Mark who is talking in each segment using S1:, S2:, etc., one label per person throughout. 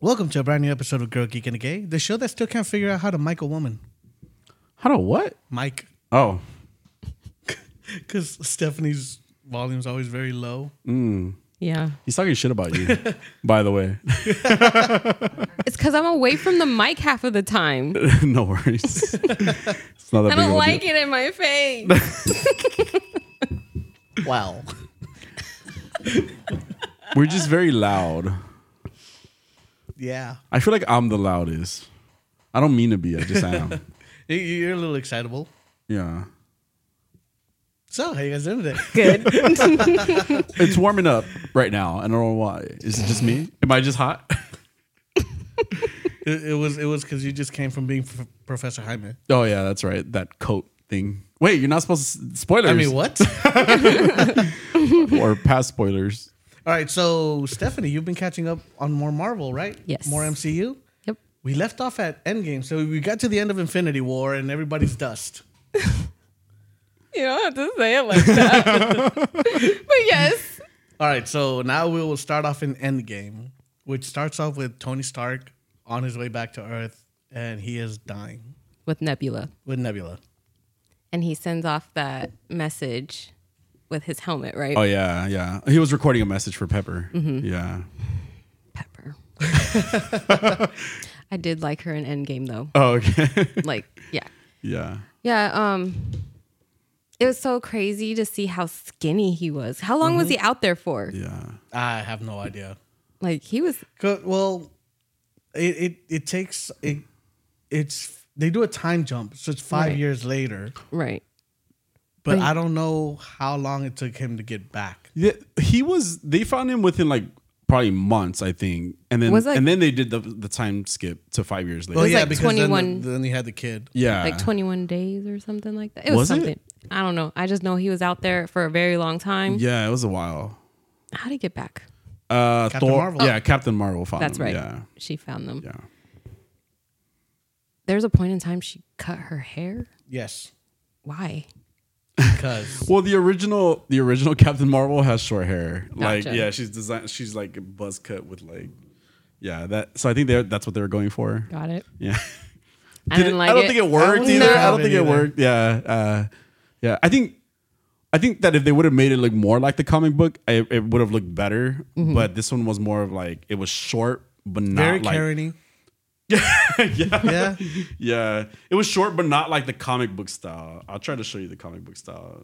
S1: Welcome to a brand new episode of Girl Geek and a Gay, the show that still can't figure out how to mic a woman.
S2: How do what?
S1: Mike,
S2: Oh,
S1: because Stephanie's volume's always very low.
S3: Yeah.
S2: he's talking shit about you, by the way.
S3: It's because I'm away from the mic half of the time.
S2: no worries. it's not that big of
S3: I don't
S2: a
S3: like
S2: deal.
S3: it in my face.
S1: Wow.
S2: We're just very loud.
S1: yeah.
S2: I feel like I'm the loudest. I don't mean to be. I just am.
S1: You- You're a little excitable.
S2: yeah.
S1: So, how you guys doing today?
S3: Good.
S2: It's warming up right now. I don't know why. Is it just me? Am I just hot?
S1: It, it was it was because you just came from being F- Professor Hyman.
S2: oh yeah, that's right. That coat thing. Wait, you're not supposed to s- spoilers.
S1: I mean, what?
S2: or past spoilers.
S1: All right, so Stephanie, you've been catching up on more Marvel, right?
S3: Yes.
S1: More MCU.
S3: yep.
S1: We left off at Endgame, so we got to the end of Infinity War, and everybody's dust.
S3: You don't have to say it like that. but yes.
S1: All right, so now we will start off in Endgame, which starts off with Tony Stark on his way back to Earth, and he is dying
S3: With Nebula.
S1: with Nebula.
S3: And he sends off that message with his helmet, right?
S2: Oh yeah, yeah. He was recording a message for Pepper. Yeah.
S3: Pepper. I did like her in Endgame though.
S2: Oh okay.
S3: Like, yeah.
S2: yeah.
S3: Yeah, um it was so crazy to see how skinny he was. How long was he out there for?
S2: Mm-hmm. Yeah.
S1: I have no idea.
S3: Like he was
S1: Co- Well, it it, it takes it, it's they do a time jump, so it's five
S3: Right.
S1: years later.
S3: right.
S1: But
S3: Right.
S1: I don't know how long it took him to get back.
S2: Yeah, he was. They found him within like probably months, I think, and then
S3: Was, like-
S2: and then they did the the time skip to five years later.
S1: Well, Oh, yeah,
S3: like
S1: because then the-
S3: 21
S1: then he had the kid.
S2: yeah,
S3: like 21 days or something like that. It was,
S2: Uh-huh. Was it?
S3: something. I don't know. I just know he was out there for a very long time.
S2: yeah, it was a while.
S3: How would he get back?
S2: Uh,
S1: Captain
S2: Thor,
S1: Marvel.
S2: yeah, Captain Marvel found
S3: That's
S2: him,
S3: right.
S2: Um, Yeah,
S3: She found them.
S2: yeah,
S3: There's a point in time she cut her hair.
S1: Yes,
S3: Why?
S1: because
S2: well, the original the original Captain Marvel has short hair. Like,
S3: Gotcha.
S2: yeah, she's designed. She's like buzz cut with like, yeah, that. So I think they that's what they were going for.
S3: Got it.
S2: Yeah.
S3: I
S2: Did
S3: didn't
S2: it-
S3: like
S2: I don't
S3: it.
S2: think it worked
S1: wouldn't
S2: either.
S1: have
S2: I don't think
S1: it
S2: it
S1: either.
S2: worked. Yeah, uh, yeah. I think, I think that if they would have made it look more like the comic book, it, it would have looked better. But this one was more of like it was short, but not
S1: very
S2: like
S1: carrying.
S2: yeah,
S1: Yeah.
S2: yeah. It was short, but not like the comic book style. I'll try to show you the comic book style.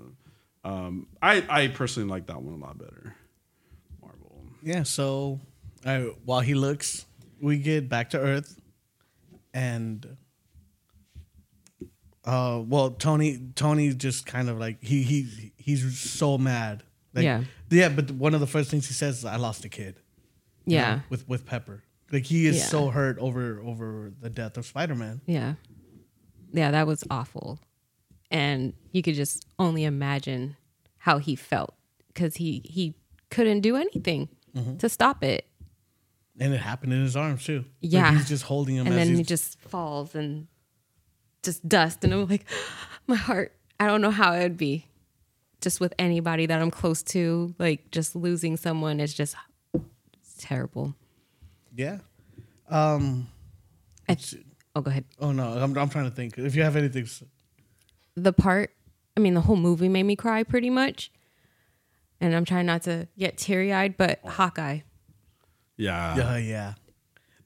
S2: Um, I I personally like that one a lot better. Marvel.
S1: Yeah, so uh, while he looks, we get back to Earth, and uh, well, Tony, Tony just kind of like he he he's so mad. Like,
S3: Yeah.
S1: yeah. But one of the first things he says is, "I lost a kid." you
S3: Yeah.
S1: know, with with Pepper, like he is
S3: Yeah.
S1: so hurt over over the death of Spider Man.
S3: Yeah. Yeah, that was awful. And you could just only imagine how he felt cuz he he couldn't do anything
S2: Mm-hmm.
S3: to stop it.
S1: And it happened in his arms too. Like,
S3: Yeah.
S1: he's just holding him,
S3: and
S1: as
S3: then he
S1: he's-
S3: just falls and just dust and i'm like my heart i don't know how it would be just with anybody that i'm close to like just losing someone is just it's terrible
S1: yeah.
S3: I, oh go ahead
S1: Oh no, I'm I'm trying to think. If you have anything, s-
S3: the part i mean the whole movie made me cry pretty much and i'm trying not to get teary-eyed but hawkeye
S2: Yeah.
S1: yeah, uh, yeah.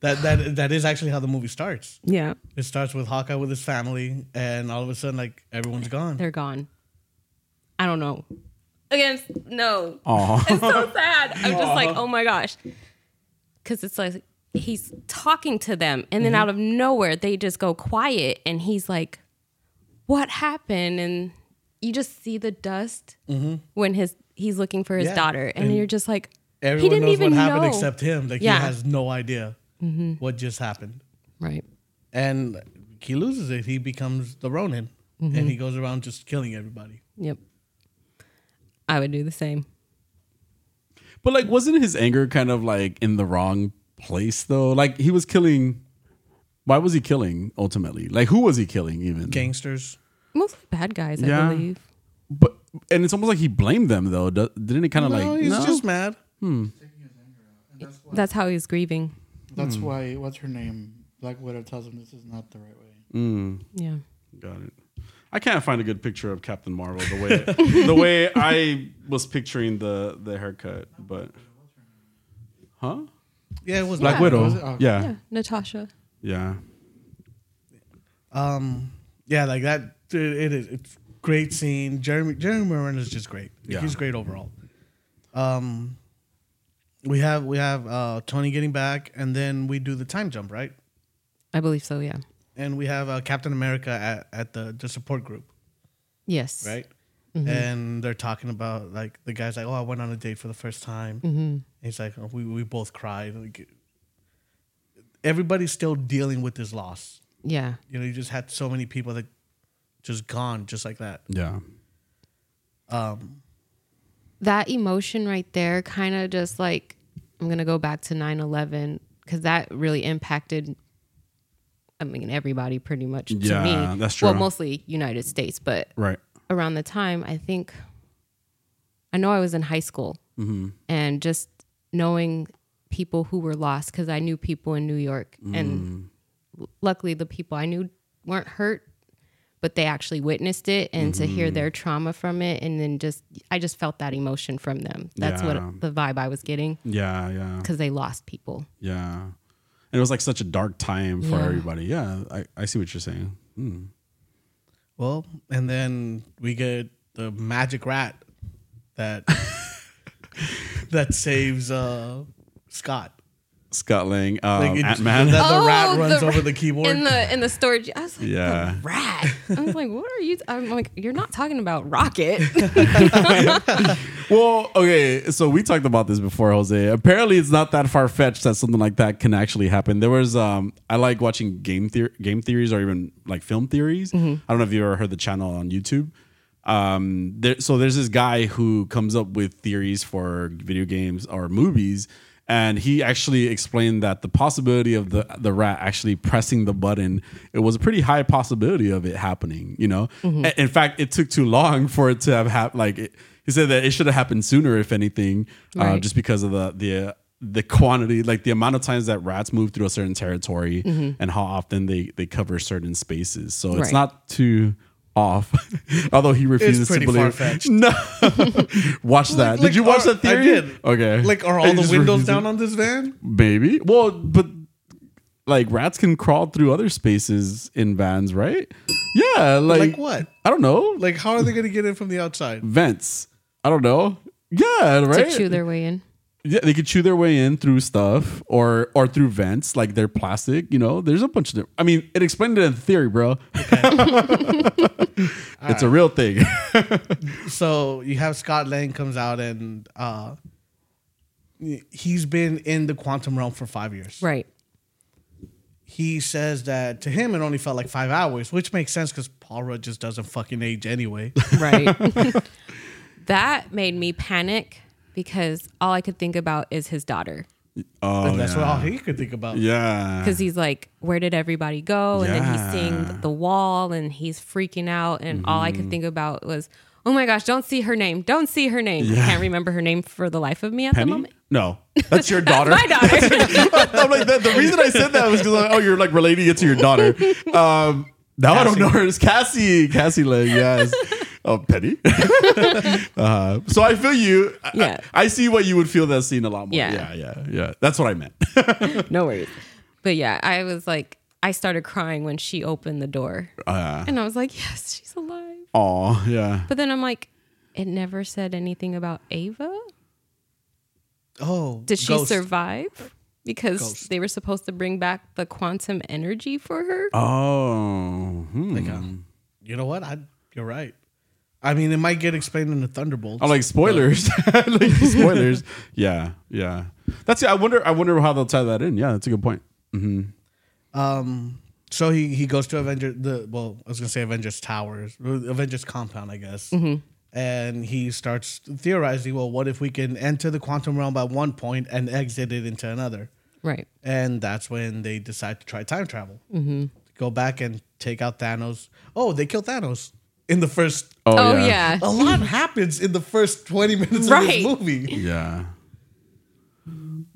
S1: That that that is actually how the movie starts.
S3: yeah
S1: It starts with Hawkeye with his family, and all of a sudden, like everyone's gone.
S3: they're gone i don't know again no
S2: Aw.
S3: It's so sad. I'm just like,
S1: Uh-huh.
S3: oh my gosh. Because it's like he's talking to them, and then
S1: Mm-hmm.
S3: out of nowhere, they just go quiet, and he's like, what happened? And you just see the dust when his he's looking for his
S1: Mm-hmm. Yeah.
S3: daughter, and,
S1: And
S3: you're just like,
S1: Everyone
S3: he didn't
S1: knows
S3: even
S1: what happened
S3: know.
S1: except him. Like
S3: Yeah. Mm-hmm.
S1: he has no idea what just happened,
S3: right,
S1: and he loses it. He becomes the Ronin,
S3: Mm-hmm.
S1: and he goes around just killing everybody.
S3: yep. I would do the same.
S2: But like, wasn't his anger kind of like in the wrong place though? Like he was killing. Why was he killing ultimately? Like who was he killing even?
S1: Gangsters.
S3: Mostly bad guys, I
S2: Yeah.
S3: believe.
S2: But and it's almost like he blamed them though. Do- Didn't he kind of
S1: No,
S2: like
S1: he's
S2: no?
S1: just mad.
S3: That's how he's grieving.
S4: That's why what's her name? Black Widow tells him this is not the right way.
S3: Yeah.
S2: Got it. I can't find a good picture of Captain Marvel the way the way I was picturing the the haircut, but huh?
S1: Yeah, it was
S2: Black
S1: Black.
S2: Widow.
S4: Was it? Oh.
S2: Yeah,
S3: Yeah. Natasha.
S2: yeah.
S1: Um, yeah, like that. It, it is. It's great scene. Jeremy Jeremy Renner is just great. Like,
S2: Yeah.
S1: he's great overall. Um, we have we have uh, Tony getting back, and then we do the time jump, right?
S3: I believe so. Yeah.
S1: And we have uh, Captain America at, at the the support group.
S3: Yes.
S1: right?
S3: Mm-hmm.
S1: And they're talking about like the guy's like, "Oh, I went on a date for the first time."
S3: Mm-hmm.
S1: And he's like, oh, "We we both cried." Like, everybody's still dealing with this loss.
S3: Yeah.
S1: You know, you just had so many people that just gone, just like that.
S2: Yeah.
S1: Um,
S3: That emotion right there kind of just like, I'm going to go back to 9 11 because that really impacted, I mean, everybody pretty much to
S2: Yeah,
S3: me.
S2: that's
S3: Well,
S2: true.
S3: mostly United States, but
S2: Right.
S3: around the time, I think, I know I was in high school
S2: Mm-hmm.
S3: and just knowing people who were lost because I knew people in New York. And
S2: Mm.
S3: l- luckily, the people I knew weren't hurt, but they actually witnessed it. And to hear
S2: Mm-hmm.
S3: their trauma from it, and then just, I just felt that emotion from them. That's
S2: Yeah.
S3: what the vibe I was getting
S2: Yeah, yeah.
S3: because they lost people.
S2: Yeah. And it was like such a dark time for
S3: Yeah.
S2: everybody. Yeah, I, I see what you're saying. Hmm.
S1: well, and then we get the magic rat that that saves uh, Scott.
S2: Scott Lang, um,
S1: Like, it
S2: Ant
S1: just-
S2: Man.
S1: that the rat
S3: Oh,
S1: runs
S3: the
S1: over
S3: rat-
S1: the keyboard.
S3: in the in the storage. I was like,
S2: Yeah.
S3: the rat. I was like, what are you? I'm like, you're not talking about Rocket.
S2: Well, okay, so we talked about this before, Jose. Apparently, it's not that far fetched that something like that can actually happen. There was, um, I like watching game theor- game theories or even like film theories. I don't know if you ever heard the channel on YouTube. Um, there, so there's this guy who comes up with theories for video games or movies, and he actually explained that the possibility of the the rat actually pressing the button it was a pretty high possibility of it happening you know
S3: Mm-hmm.
S2: A- in fact it took too long for it to have happened like it, he said that it should have happened sooner if anything uh,
S3: Right.
S2: just because of the the the quantity like the amount of times that rats move through a certain territory and how often they they cover certain spaces so it's
S3: Mm-hmm. Right.
S2: not too off although he refuses to
S1: pretty
S2: believe
S1: far-fetched.
S2: no watch that did
S1: Like,
S2: you watch
S1: are-
S2: that theory
S1: I did.
S2: okay
S1: Like, are
S2: And
S1: all
S2: he
S1: the
S2: just
S1: windows
S2: refuses-
S1: down on this van?
S2: Maybe. Well, but like rats can crawl through other spaces in vans, right? Yeah, like,
S1: Like what?
S2: I don't know. Like
S1: Like, how are they going to get in from the outside?
S2: vents. I don't know. Yeah, right.
S3: to chew their way in.
S2: yeah, they could chew their way in through stuff or or through vents, like they're plastic. You know, there's a bunch of. Them. I mean, it explained it in theory, bro. it's a real thing.
S1: So you have Scott Lang comes out and uh, he's been in the quantum realm for five years.
S3: Right.
S1: He says that to him it only felt like five hours, which makes sense because Paul Rudd just doesn't fucking age anyway.
S3: Right. that made me panic because all I could think about is his daughter.
S2: oh,
S1: and that's
S2: yeah.
S1: what all he could think about.
S2: yeah.
S3: Because he's like, where did everybody go? And then he's
S2: Ah. Yeah. Mm-hmm.
S3: seeing the wall and he's freaking out. And all I could think about was, oh my gosh, don't see her name. Don't see her name. I can't remember her name for the life of me at the
S2: Penny?
S3: moment.
S2: No, that's your daughter.
S3: My daughter.
S2: I'm like, the, the reason I said that was because oh, you're like relating it to your daughter. Um, now I don't know her as Cassie. Cassie Lang, yes. Oh, petty. uh, so I feel you. I-
S3: Yeah.
S2: I, I see why you would feel that scene a lot more. yeah,
S3: Yeah.
S2: yeah. yeah. That's what I meant.
S3: no worries. But yeah, I was like, I started crying when she opened the door.
S2: Ah.
S3: and I was like, yes, she's alive.
S2: Oh, Uh, yeah.
S3: But then I'm like, it never said anything about Ava.
S1: Oh,
S3: Did she
S1: Ghost.
S3: survive? Because
S1: Ghost.
S3: they were supposed to bring back the quantum energy for her.
S2: Uh, Oh, hmm.
S1: Like, um, you know what? I, you're right. I mean, it might get explained in the Thunderbolts.
S2: I'm like spoilers, like spoilers. Yeah, yeah. That's. I wonder. I wonder how they'll tie that in. Yeah, that's a good point.
S1: Um, so he he goes to Avengers the well, I was gonna say Avengers Towers, Avengers Compound, I guess. And he starts theorizing, well, what if we can enter the quantum realm by one point and exit it into another?
S3: Right.
S1: And that's when they decide to try time travel. Mm-hmm. Go back and take out Thanos. Oh, they kill Thanos in the first.
S2: Oh,
S3: Oh,
S2: yeah.
S3: yeah.
S1: A lot happens in the first twenty minutes of
S3: Right.
S1: this movie.
S2: Yeah.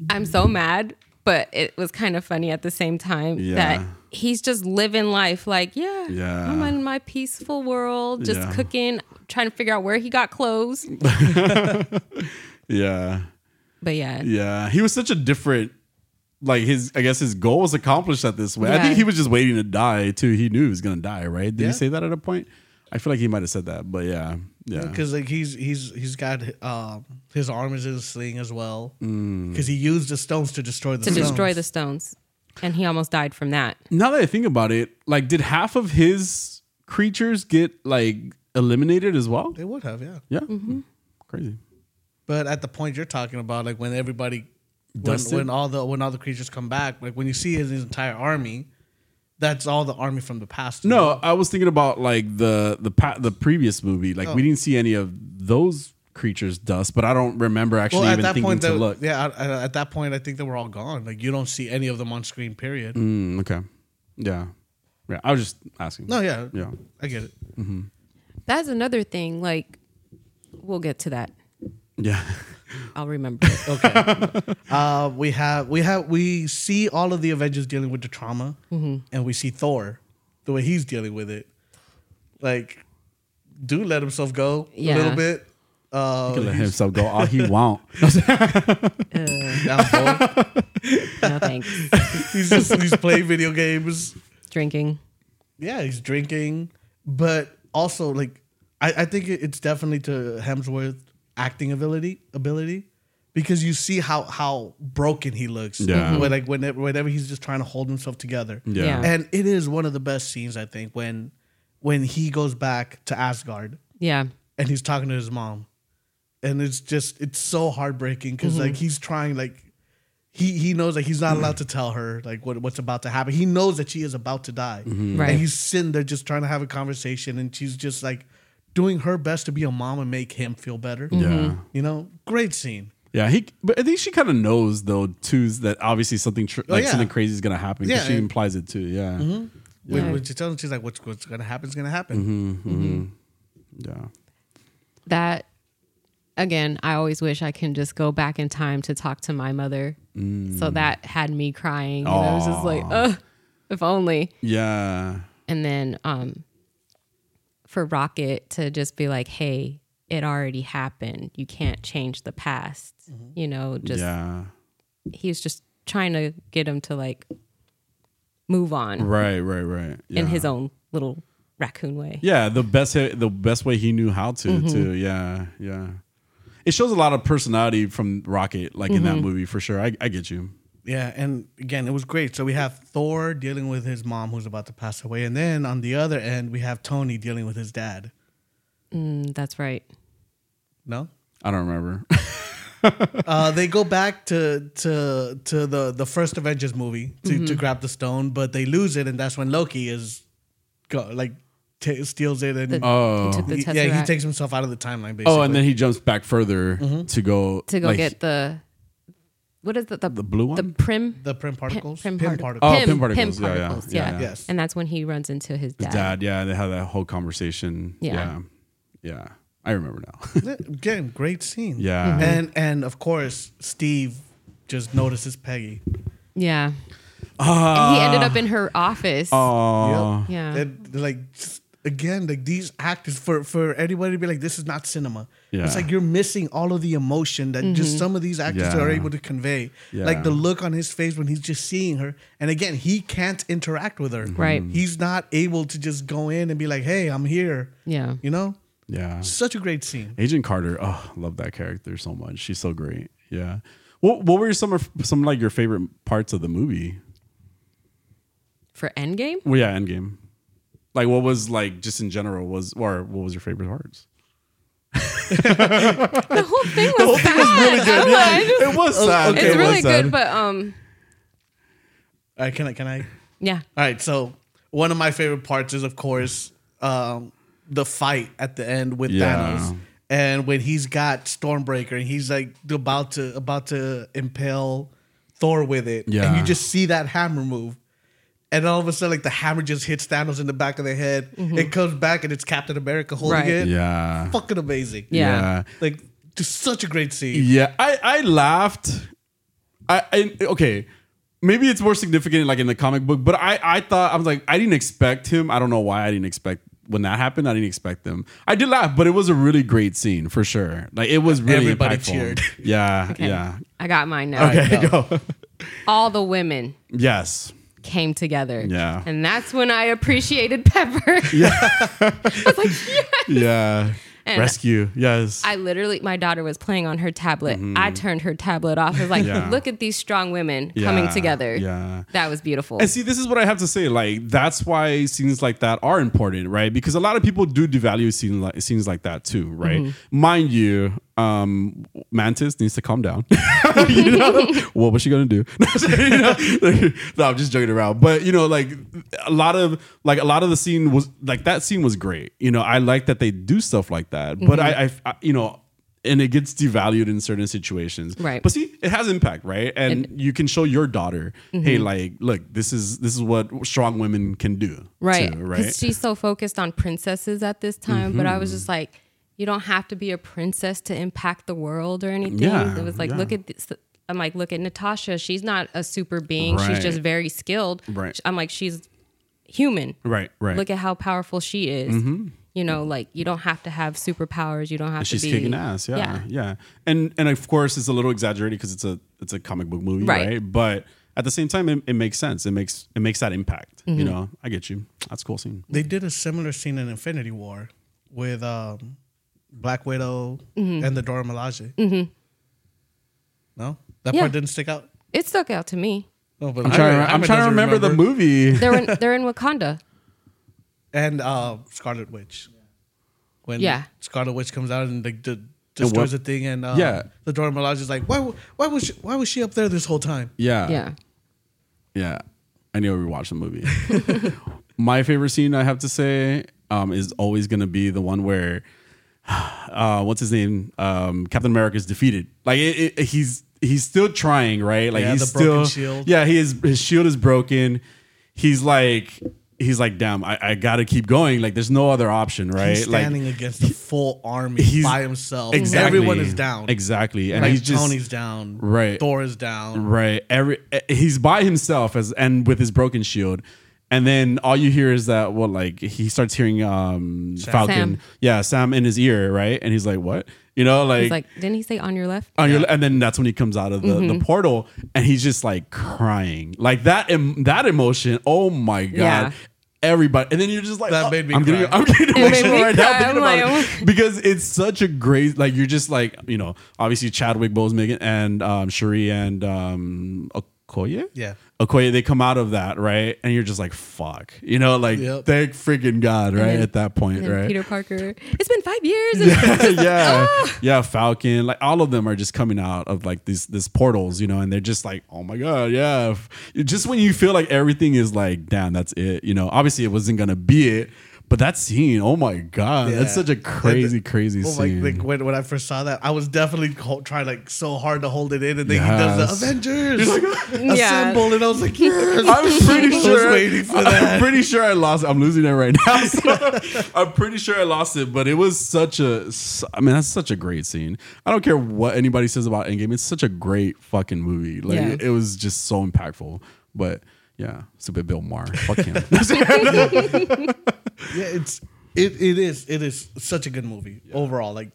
S3: I'm so mad but it was kind of funny at the same time that
S2: Yeah.
S3: he's just living life like, yeah,
S2: Yeah.
S3: I'm in my peaceful world, just
S2: Yeah.
S3: cooking, trying to figure out where he got clothes.
S2: Yeah.
S3: But yeah,
S2: Yeah, he was such a different. Like his, I guess his goal was accomplished at this way. I
S3: Yeah.
S2: think he was just waiting to die too. He knew he was gonna die, right? Did
S1: Yeah.
S2: he say that at a point? I feel like he might have said that, but yeah, yeah,
S1: because like he's he's he's got um his arm is in a sling as well because
S2: Mm.
S1: he used the stones to destroy the
S3: to
S1: stones.
S3: destroy the stones. And he almost died from that.
S2: now that I think about it, like, did half of his creatures get like eliminated as well?
S1: They would have, yeah. Mm-hmm.
S2: Yeah, crazy.
S1: But at the point you're talking about, like when everybody, when,
S2: Dusted?
S1: when all the when all the creatures come back, like when you see his, his entire army, that's all the army from the past.
S2: No, I was thinking about like the the pa- the previous movie. Like
S1: Oh.
S2: we didn't see any of those creatures dust, but I don't remember actually
S1: well, at
S2: even
S1: that
S2: thinking
S1: point,
S2: to
S1: that,
S2: look.
S1: yeah, at, at- at that point, I think they were all gone. Like you don't see any of them on screen. Period.
S2: Mm, okay, yeah, yeah. I was just asking.
S1: No, yeah,
S2: Yeah.
S1: I get it.
S3: That's another thing. Like, we'll get to that.
S2: Yeah.
S3: I'll remember. it.
S1: Uh, we have we have we see all of the Avengers dealing with the trauma, and we see Thor, the way he's dealing with it. Like, dude, let himself go a
S3: Yeah.
S1: little bit. Uh,
S2: Let himself go all he want.
S1: down Thor.
S3: no thanks.
S1: he's just he's playing video games.
S3: Drinking.
S1: Yeah, he's drinking, but also like I, I think it- it's definitely to Hemsworth acting ability ability because you see how how broken he looks.
S2: Yeah.
S1: When, like whenever whenever he's just trying to hold himself together.
S2: Yeah.
S3: Yeah.
S1: And it is one of the best scenes I think when when he goes back to Asgard
S3: Yeah.
S1: and he's talking to his mom and it's just it's so heartbreaking because like he's trying like he he knows like he's not allowed to tell her like what, what's about to happen he knows that she is about to die
S3: Right.
S1: and he's sitting there just trying to have a conversation and she's just like doing her best to be a mom and make him feel better
S2: Yeah.
S1: you know great scene
S2: Yeah, he. But I think she kind of knows though too is that obviously something tr- like
S1: Oh, yeah.
S2: something crazy is gonna happen. 'cause
S1: Yeah, and-
S2: she
S1: Mm-hmm.
S2: implies it too. Yeah,
S1: when,
S3: Yeah.
S1: when she tells him she's like what's, what's gonna happen is gonna happen
S2: yeah.
S3: that again i always wish i can just go back in time to talk to my mother so that had me crying and i was just like Ugh, if only
S2: Yeah.
S3: and then um for rocket to just be like hey it already happened you can't change the past you know just
S2: yeah.
S3: he was just trying to get him to like move on
S2: Right. Right. Right. Yeah.
S3: in his own little raccoon way
S2: Yeah, the best the best way he knew how to
S1: Mm-hmm.
S2: too. Yeah. Yeah. It shows a lot of personality from Rocket, like in that
S1: Mm-hmm.
S2: movie for sure. I, I get you.
S1: Yeah, and again, it was great. So we have Thor dealing with his mom who's about to pass away, and then on the other end, we have Tony dealing with his dad.
S3: Mm, that's right
S1: No,
S2: I don't remember.
S1: uh, they go back to to to the the first Avengers movie to,
S3: Mm-hmm.
S1: to grab the stone, but they lose it, and that's when Loki is go, like t- steals it and.
S3: The- he took the
S1: he-
S3: tesseract
S1: yeah, he takes himself out of the timeline basically.
S2: oh, and then he jumps back further
S1: Mm-hmm.
S2: to go
S3: to go
S2: like,
S3: get the what is the the, the
S2: blue
S3: the
S2: one?
S3: prim
S1: the prim particles,
S3: prim,
S1: Pym
S3: parti-
S2: Oh, pim
S3: pim, pim
S2: particles. Yeah, yeah.
S3: particles,
S2: Yeah,
S3: Yeah,
S2: yeah.
S1: Yes.
S3: And that's when he runs into
S2: His
S3: his dad.
S2: dad. Yeah, they had that whole conversation.
S3: Yeah.
S2: yeah, yeah. I remember now.
S1: Again, great scene.
S2: Yeah.
S3: Mm-hmm.
S2: Mhm.
S1: and and of course Steve just notices Peggy.
S3: Yeah. and he ended up in her office.
S2: Oh,
S3: Yeah.
S1: That, like just- again, like these actors for for anybody to be like, this is not cinema.
S2: Yeah.
S1: It's like you're missing all of the emotion that
S3: Mm-hmm.
S1: just some of these actors
S2: Yeah.
S1: are able to convey.
S2: Yeah.
S1: Like the look on his face when he's just seeing her, and again, he can't interact with her.
S3: Mm-hmm. Right.
S1: He's not able to just go in and be like, hey, I'm here.
S3: Yeah.
S1: You know,
S2: yeah.
S1: such a great scene.
S2: Agent Carter. Oh, love that character so much. She's so great. Yeah. What What were some of some like your favorite parts of the movie?
S3: For Endgame?
S2: Well, yeah, Endgame. Like, what was like just in general was or what was your favorite parts?
S3: The whole thing was bad. I don't know, I just-
S2: It was sad.
S3: it's really good, but um
S1: All right, can I can I
S3: yeah.
S1: All right, so one of my favorite parts is, of course, um, the fight at the end with
S2: Yeah.
S1: Thanos, and when he's got Stormbreaker and he's like about to about to impale Thor with it, and
S2: Yeah.
S1: you just see that hammer move, and all of a sudden, like the hammer just hits Thanos in the back of the head. It comes back, and it's Captain America holding
S3: Right.
S1: it.
S2: yeah.
S1: Fucking amazing.
S2: Yeah.
S3: Yeah.
S1: like just such a great scene.
S2: Yeah, I I laughed. I, I okay. maybe it's more significant like in the comic book but i i thought i was like i didn't expect him i don't know why i didn't expect when that happened i didn't expect them i did laugh but it was a really great scene for sure like it was really
S1: Everybody
S2: impactful.
S1: cheered.
S2: yeah yeah
S3: I got mine now.
S1: Okay, go.
S3: All the women
S2: yes
S3: came together.
S2: Yeah.
S3: And that's when I appreciated Pepper. Yeah. I was like, yeah.
S2: yeah
S3: And-
S2: rescue yes
S3: I literally, my daughter was playing on her tablet. I turned her tablet off. I was like,
S2: Yeah.
S3: look at these strong women coming
S2: Yeah,
S3: together.
S2: yeah.
S3: That was beautiful.
S2: And see, this is what I have to say. Like, that's why scenes like that are important, right? Because a lot of people do devalue scenes like scenes like that too, right?
S3: Mm-hmm.
S2: Mind you, um, Mantis needs to calm down. you know, what was she gonna do? You know? no, I'm just joking around. But you know, like a lot of like a lot of the scene was like that scene was great. You know, I like that they do stuff like that. But I,
S3: Mm-hmm.
S2: I, I, you know. And it gets devalued in certain situations,
S3: Right.
S2: But see, it has impact, right? And you can show your daughter, hey,
S3: Mm-hmm.
S2: like, look, this is this is what strong women can do,
S3: right.
S2: too,
S3: Because
S2: right. Mm-hmm.
S3: she's so focused on princesses at this time. But I was just like, you don't have to be a princess to impact the world or anything.
S2: Yeah,
S3: it was like,
S2: yeah.
S3: look at this. I'm like, look at Natasha. She's not a super being.
S2: Right.
S3: She's just very skilled.
S2: Right.
S3: I'm like, she's human.
S2: right, right. Mm-hmm.
S3: Look at how powerful she is. You know, like you don't have to have superpowers. You don't have
S2: she's
S3: to be
S2: kicking ass, yeah, yeah, And and of course, it's a little exaggerated because it's a it's a comic book movie, right?
S3: Right.
S2: But at the same time, it, it makes sense. It makes it makes that impact.
S3: Mm-hmm.
S2: You know, I get you. That's a cool scene.
S1: They did a similar scene in Infinity War with um, Black Widow
S3: Mm-hmm.
S1: and the Dora Milaje. No, that
S3: Yeah.
S1: part didn't stick out.
S3: It stuck out to me.
S1: No, but
S2: I'm
S1: I-
S2: trying.
S1: Ahmed
S2: I'm trying to
S1: doesn't
S2: remember, the movie.
S3: They're in, they're in Wakanda.
S1: and uh, Scarlet Witch. When
S3: Yeah.
S1: Scarlet Witch comes out and like de- destroys the
S2: what-
S1: thing, and uh,
S2: Yeah.
S1: the Dora Milaje is like, why, w- why was she, why was she up there this whole time?
S2: Yeah,
S3: Yeah.
S2: yeah. I need to rewatch the movie. My favorite scene, I have to say, um, is always going to be the one where uh, what's his name? Um, Captain America is defeated. Like it, it, he's he's still trying, right? Like
S1: Yeah,
S2: he's
S1: the broken
S2: still
S1: shield.
S2: yeah. He is his shield is broken. He's like he's like damn. I, I got to keep going. Like there's no other option, right?
S1: He's
S2: like
S1: standing against a full army
S2: he's-
S1: by himself.
S2: exactly.
S1: Everyone is down.
S2: exactly, and
S1: Like
S2: he's just
S1: Tony's down.
S2: Right.
S1: Thor is down.
S2: Right. Every eh, he's by himself as and with his broken shield. And then all you hear is that well, like he starts hearing um Falcon.
S3: Sam.
S2: Yeah, Sam in his ear, right? And he's like, What? You know, like,
S3: He's like, didn't he say on your left?
S2: on your, and then that's when he comes out of the,
S3: Mm-hmm.
S2: the portal and he's just like crying. Like that em- that emotion, oh my god.
S3: Yeah.
S2: Everybody, and then you're just like,
S1: That
S2: oh,
S1: made me
S2: I'm
S1: cry.
S2: getting, I'm getting
S3: made
S2: emotional
S3: me
S2: right now
S3: cry.
S2: thinking
S3: I'm
S2: about
S3: like, oh.
S2: it. because it's such a great, like you're just like, you know, obviously Chadwick Boseman and um, Shuri and um, Okoye,
S1: Yeah.
S2: Okoye, they come out of that right, and you're just like, fuck, you know, like
S1: Yep.
S2: thank freaking God, right
S3: then-
S2: at that point,
S3: And then
S2: right?
S3: Peter Parker. It's been five years. And
S2: yeah,
S1: Ah.
S2: yeah, Falcon, like all of them are just coming out of like these these portals, you know, and they're just like, oh my god, yeah. F- Just when you feel like everything is like, damn, that's it, you know. Obviously, it wasn't gonna be it, but that scene, oh my god, that's
S1: Yeah.
S2: such a crazy,
S1: And the-
S2: crazy
S1: Oh my!
S2: scene.
S1: Like when, when I first saw that, I was definitely ho- trying like so hard to hold it in, and then he does
S2: Yes.
S1: the Avengers assemble, and I was like, yes.
S2: I'm pretty
S1: I was
S2: sure.
S1: waiting for
S2: I'm
S1: that.
S2: pretty sure I lost. I'm losing it right now. so I'm pretty sure I lost it, but it was such a. s- I mean, that's such a great scene. I don't care what anybody says about Endgame. It's such a great fucking movie. Like
S3: Yeah.
S2: it, it was just so impactful. But yeah, stupid Bill Maher. Fuck him.
S1: yeah, it's it, it is it is such a good movie overall. Like,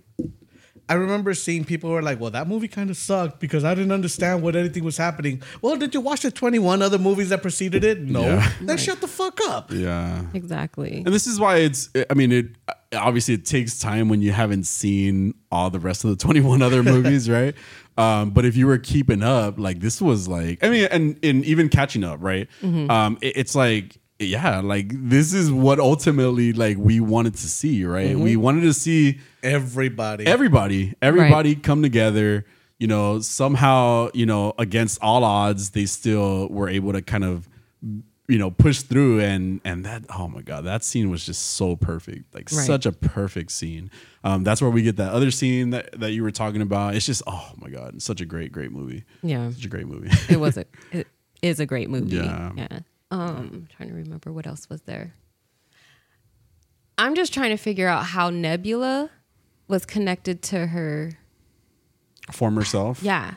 S1: I remember seeing people who were like, "Well, that movie kind of sucked because I didn't understand what anything was happening." Well, did you watch the twenty-one other movies that preceded it? No.
S2: Yeah.
S1: Then shut the fuck up.
S2: yeah.
S3: exactly.
S2: And this is why it's. I mean, it obviously it takes time when you haven't seen all the rest of the twenty one other movies, right? Um, but if you were keeping up, like this was like. I mean, and and even catching up, right? Um, it- it's like. Yeah, like this is what ultimately like we wanted to see, right? We wanted to see
S1: Everybody.
S2: everybody everybody come together you know somehow you know against all odds they still were able to kind of you know push through and and that oh my god that scene was just so perfect like
S3: Right.
S2: such a perfect scene um that's where we get that other scene that, that you were talking about it's just oh my god such a great great movie
S3: Yeah.
S2: such a great movie
S3: it was a it is a great movie.
S2: Yeah.
S3: Yeah. Um, I'm trying to remember what else was there. I'm just trying to figure out how Nebula was connected to her.
S2: former self
S3: Yeah.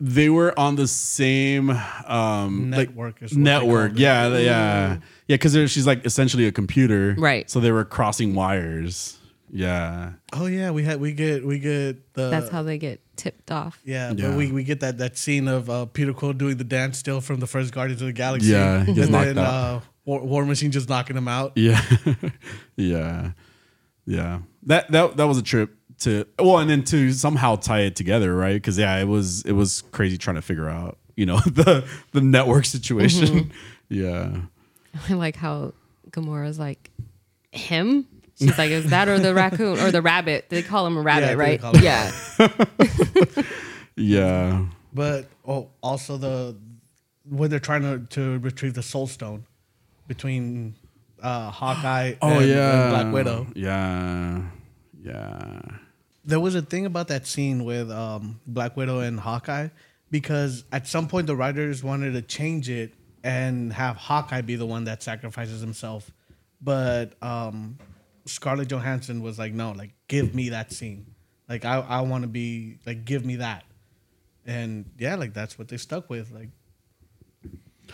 S2: they were on the same um, like,
S1: Network is what they
S2: network.
S1: called it.
S2: Yeah, they- yeah, yeah. Because she's like essentially a computer,
S3: Right.
S2: So they were crossing wires. Yeah,
S1: Oh yeah, we had we get we get the
S3: That's how they get tipped off.
S1: yeah,
S2: Yeah.
S1: but we, we get that that scene of uh, Peter Quill doing the dance still from the first Guardians of the Galaxy.
S2: Yeah, he
S1: and
S2: gets knocked
S1: then
S2: out.
S1: uh, War, War Machine just knocking him out.
S2: yeah, yeah, yeah. That that that was a trip to well, and then to somehow tie it together, right? Because yeah, it was it was crazy trying to figure out you know the the network situation. Yeah,
S3: I like how Gamora's like him. She's like, is that or the raccoon or the rabbit? They call him a
S1: I
S3: rabbit,
S1: think they
S3: right?
S1: call him a
S3: Yeah.
S2: yeah.
S1: But oh, also the when they're trying to, to retrieve the Soul Stone between uh, Hawkeye
S2: Oh
S1: and, and
S2: yeah,
S1: Black Widow.
S2: Yeah, yeah.
S1: There was a thing about that scene with um, Black Widow and Hawkeye because at some point the writers wanted to change it and have Hawkeye be the one that sacrifices himself, but um, Scarlett Johansson was like, "No, like give me that scene. Like I I want to be like give me that." And yeah, like that's what they stuck with. Like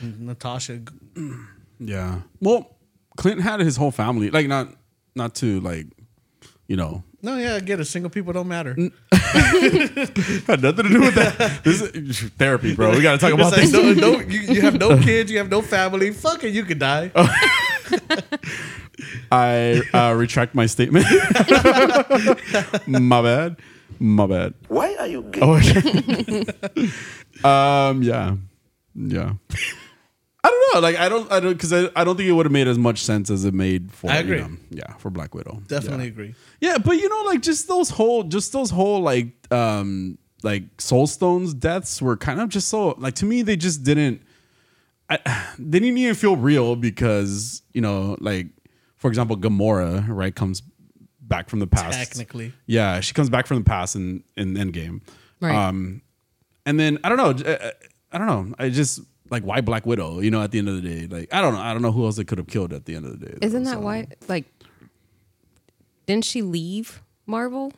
S1: Natasha, g-
S2: Yeah. Well, Clinton had his whole family. Like not not to like, you know,
S1: no, yeah, I get it. Single people don't matter.
S2: had nothing to do with that. this is therapy, bro. oh, We got to talk
S1: It's
S2: about
S1: like,
S2: this.
S1: no, no, you, you have no kids, you have no family. Fuck it, you could die.
S2: I uh, retract my statement. my bad. My bad.
S5: Why are you gay?
S2: Oh, okay. um, yeah, yeah. I don't know. Like, I don't, I don't, because I, I don't think it would have made as much sense as it made for.
S1: I
S2: you
S1: agree.
S2: know, yeah, for Black Widow.
S1: Definitely
S2: Yeah.
S1: agree.
S2: Yeah, but you know, like just those whole, just those whole like, um, like Soul Stones deaths were kind of just so like to me they just didn't, I, they didn't even feel real because you know like, for example, Gamora right comes back from the past.
S1: Technically.
S2: yeah, she comes back from the past in in Endgame.
S3: Right.
S2: Um, and then I don't know, I, I don't know. I just like why Black Widow? You know, at the end of the day, like I don't know, I don't know who else they could have killed at the end of the day. though,
S3: Isn't that
S2: so.
S3: why? Like, didn't she leave Marvel?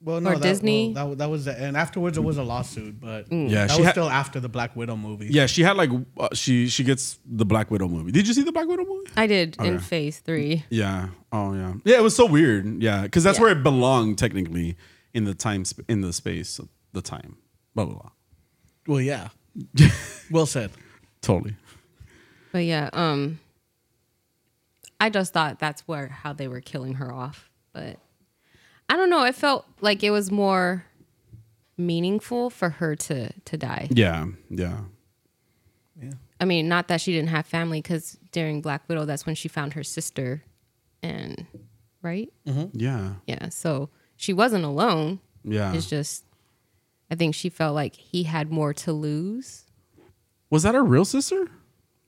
S1: Well, no,
S3: Or
S1: that,
S3: Disney?
S1: well, that, that was the, and afterwards it was a lawsuit, but
S2: Mm. Yeah,
S1: that
S2: she
S1: was
S2: had-
S1: still after the Black Widow movie.
S2: Yeah, she had like uh, she she gets the Black Widow movie. Did you see the Black Widow movie?
S3: I did
S1: Oh,
S3: in
S2: Okay.
S3: Phase Three.
S2: Yeah. Oh yeah. Yeah, it was so weird. Yeah, because that's
S3: Yeah.
S2: where it belonged technically in the time sp- in the space of the time. Blah blah blah.
S1: Well, yeah. well said.
S2: Totally.
S3: But yeah, um, I just thought that's where how they were killing her off. But I don't know. It felt like it was more meaningful for her to to die.
S2: Yeah. Yeah.
S3: I mean, not that she didn't have family, because during Black Widow, that's when she found her sister, and right,
S2: Mm-hmm. Yeah.
S3: yeah. So she wasn't alone.
S2: Yeah.
S3: It's just, I think she felt like he had more to lose.
S2: Was that her real sister?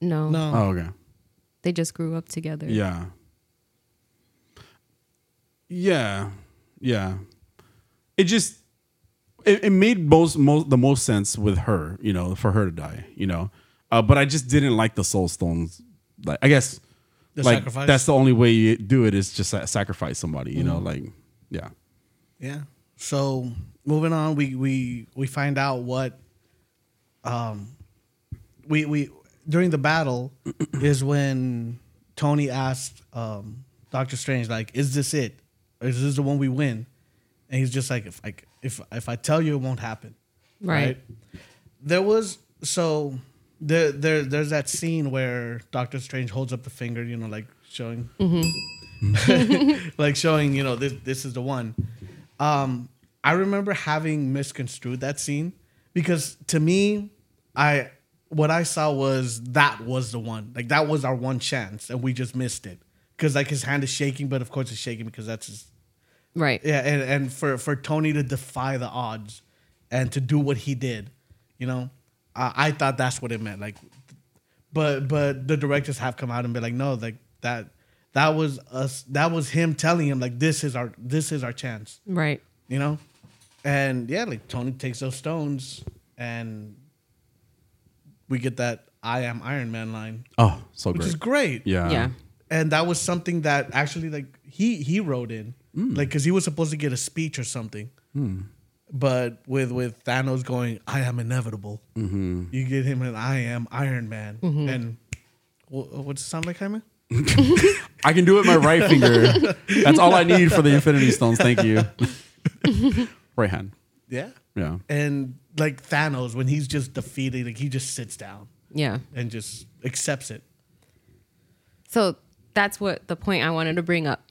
S3: No,
S1: No.
S2: Oh okay.
S3: they just grew up together.
S2: Yeah. Yeah. Yeah. It just it, it made most most the most sense with her, you know, for her to die, you know. Uh, but I just didn't like the soul stones. Like I guess
S1: The
S2: like
S1: sacrifice? Mm-hmm.
S2: that's the only way you do it is just sa- sacrifice somebody, you know, like yeah.
S1: Yeah. So moving on, we we we find out what um we we during the battle is when Tony asked um Doctor Strange like, "Is this it? Is this the one we win?" And he's just like, "If I if if I tell you, it won't happen."
S3: Right.
S1: There was so there there there's that scene where Doctor Strange holds up the finger, you know, like showing like showing you know this this is the one um i remember having misconstrued that scene because to me i what i saw was that was the one like that was our one chance and we just missed it because like his hand is shaking but of course it's shaking because that's his
S3: right.
S1: yeah and, and for for tony to defy the odds and to do what he did you know i, I thought that's what it meant like but but the directors have come out and been like no like that that was us that was him telling him like this is our this is our chance
S3: Right.
S1: you know and yeah like tony takes those stones and we get that i am iron man line
S2: Oh, so
S1: which
S2: great.
S1: is great
S2: yeah.
S3: yeah.
S1: and that was something that
S2: Hmm.
S1: actually like he he wrote in Like 'cause like because he was supposed to get a speech or something But with with Thanos going, I am inevitable.
S2: Mm-hmm.
S1: You get him an I am Iron Man, and wh- what's it sound like, Jaime?
S2: I can do it with my right finger. That's all I need for the Infinity Stones. Thank you. right hand.
S1: Yeah.
S2: Yeah.
S1: And like Thanos, when he's just defeated, like he just sits down
S3: Yeah.
S1: and just accepts it.
S3: So that's what the point I wanted to bring up.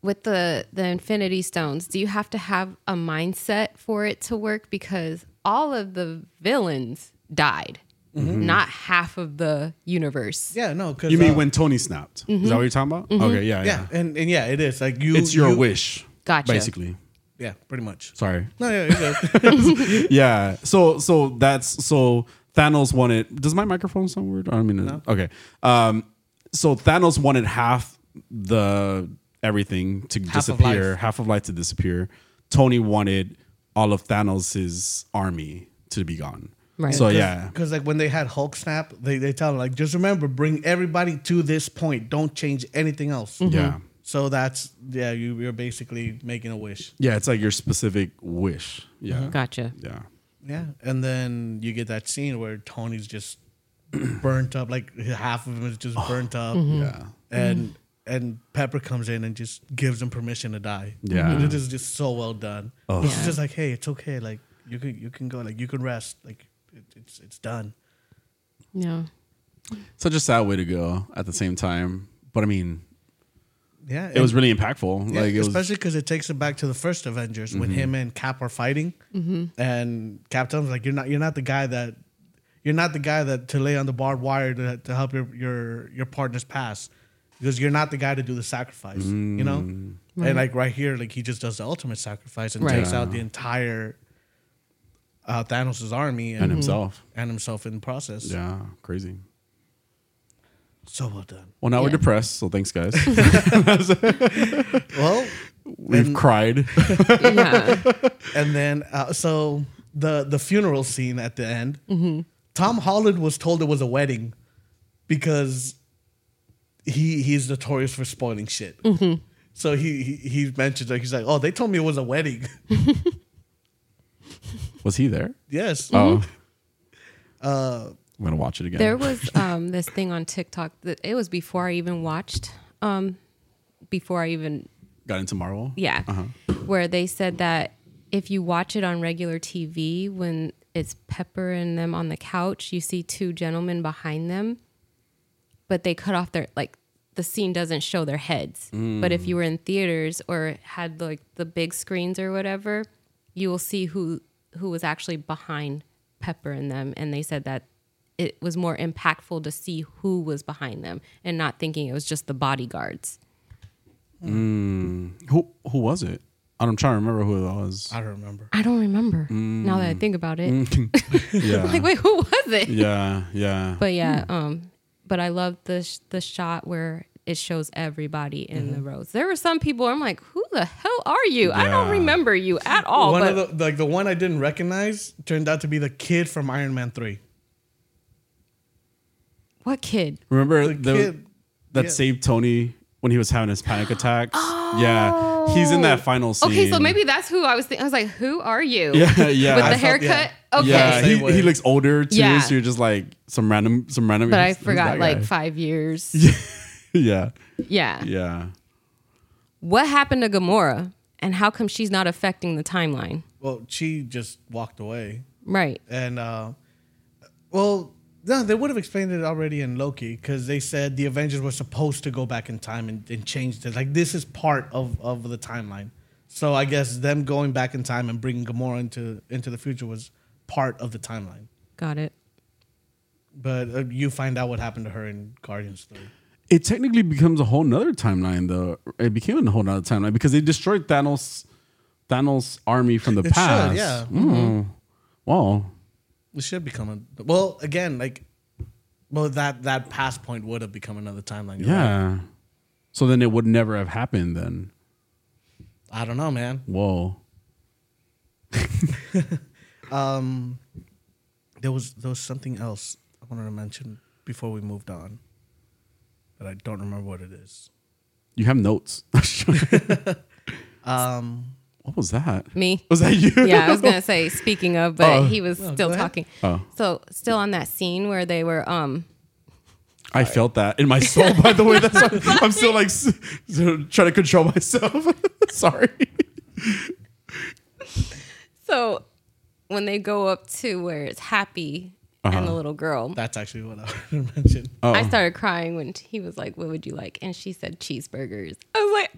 S3: With the the infinity stones, do you have to have a mindset for it to work because all of the villains died. Not half of the universe.
S1: Yeah, no, because
S2: You mean when Tony snapped? Is that what you're talking about? Okay. Yeah.
S1: Mm-hmm. Yeah,
S2: Yeah.
S1: and, and yeah, it is like you.
S2: It's your
S1: you-
S2: wish.
S3: Gotcha.
S2: Basically.
S1: Yeah, pretty much.
S2: Sorry.
S1: No, yeah, it goes.
S2: yeah. So so that's so Thanos wanted. Does my microphone sound weird? I don't mean. to- Okay. Um. So Thanos wanted half the everything to
S1: Half of
S2: disappear,
S1: life.
S2: half of life to disappear. Tony wanted all of Thanos' army to be gone.
S3: Right.
S2: So
S3: Cause-
S2: Oh, yeah.
S1: because like when they had Hulk snap, they they tell him like just remember, bring everybody to this point. Don't change anything else.
S2: Yeah.
S1: So that's yeah, you you're basically making a wish.
S2: Yeah. It's like your specific wish.
S1: Mm-hmm.
S2: Yeah.
S3: Gotcha.
S2: Yeah.
S1: Yeah, and then you get that scene where Tony's just burnt up, like half of him is
S2: Oh.
S1: just burnt up.
S2: Yeah.
S1: and and Pepper comes in and just gives him permission to die.
S2: Yeah.
S1: And it is just so well done.
S2: Oh.
S1: It's just like, hey, it's okay. Like you can you can go. Like you can rest. Like it, it's it's done.
S3: Yeah.
S2: Such a sad way to go. At the same time, but I mean,
S1: Yeah,
S2: it was really impactful. like it was. Mm-hmm.
S1: especially because it takes it back to the first Avengers when him and Cap are fighting, and Cap tells him like, "You're not you're not the guy that." You're not the guy that to lay on the barbed wire to, to help your, your your partners pass, because you're not the guy to do the sacrifice. You know, and like right here, like he just does the ultimate sacrifice and
S3: Right.
S1: takes out the entire uh, Thanos' army
S2: And himself.
S1: and himself in the process.
S2: Yeah. Crazy.
S1: So well done.
S2: Well, now we're
S3: Yeah.
S2: depressed, so thanks, guys.
S1: Well,
S2: We've cried.
S3: Yeah.
S1: and then uh, so the the funeral scene at the end. Tom Holland was told it was a wedding because he he's notorious for spoiling shit. So he, he he mentions like he's like, oh, they told me it was a wedding.
S2: Was he there?
S1: yes.
S2: Oh.
S1: Uh,
S2: I'm gonna watch it again.
S3: There was um, this thing on TikTok that it was before I even watched, um, before I even
S2: Got into Marvel.
S3: yeah, where they said that if you watch it on regular TV when it's Pepper and them on the couch, you see two gentlemen behind them, but they cut off their like the scene doesn't show their heads. But if you were in theaters or had like the big screens or whatever, you will see who who was actually behind Pepper and them and they said that it was more impactful to see who was behind them and not thinking it was just the bodyguards.
S2: Who who was it? I'm trying to remember who it was.
S1: I don't remember.
S3: I don't remember now that I think about it.
S2: Mm. Yeah.
S3: Like, wait, who was it?
S2: yeah, yeah.
S3: But yeah, um, but I love the sh- the shot where it shows everybody in
S2: Mm-hmm.
S3: the rows. There were some people I'm like, who the hell are you? I don't
S2: Yeah.
S3: remember you at all.
S1: One
S3: Oh, but
S1: of the like the one I didn't recognize turned out to be the kid from Iron Man three.
S3: what kid?
S2: remember
S1: the
S2: the,
S1: kid-
S2: that
S1: yeah.
S2: saved Tony when he was having his panic attacks? Yeah. He's in that final scene.
S3: Oh. Okay, so maybe that's who I was thinking. I was like, who are you?
S2: Yeah, yeah.
S3: With
S2: I
S3: the
S2: felt-
S3: haircut?
S1: yeah.
S3: Okay.
S2: Yeah, he,
S1: Same way.
S2: he looks older too,
S3: Yeah.
S2: so you're just like some random some random
S3: But I
S2: who's- who's
S3: forgot
S2: that
S3: like
S2: guy?
S3: five years.
S2: Yeah.
S3: yeah.
S2: Yeah.
S3: What happened to Gamora? And how come she's not affecting the timeline?
S1: Well, she just walked away.
S3: Right.
S1: and uh, well, no, they would have explained it already in Loki because they said the Avengers were supposed to go back in time and, and change this. Like this is part of of the timeline. So I guess them going back in time and bringing Gamora into into the future was part of the timeline.
S3: Got it.
S1: But uh, you find out what happened to her in Guardians Three.
S2: it technically becomes a whole nother timeline though it became a whole nother timeline because they destroyed thanos thanos army from the
S1: It should,
S2: past
S1: yeah.
S2: Mm. wow
S1: It should become a well again like well that that past point would have become another timeline. You're right.
S2: yeah so then it would never have happened then
S1: I don't know, man.
S2: whoa
S1: Um, there was there was something else I wanted to mention before we moved on, but I don't remember what it is.
S2: you have notes
S1: Um,
S2: What was that?
S3: Me.
S2: Was that you?
S3: yeah, I was gonna say speaking of, but
S2: Oh.
S3: he was still
S1: go ahead.
S3: talking.
S2: Oh.
S3: So still on that scene where they were um
S2: I felt that in my soul. By the way, that's why I'm still like s- trying to control myself. Sorry.
S3: so when they go up to where it's happy and the little girl.
S1: That's actually what I wanted to mention.
S2: Uh-huh. Oh,
S3: I started crying when he was like, "What would you like?" And she said cheeseburgers. I was like,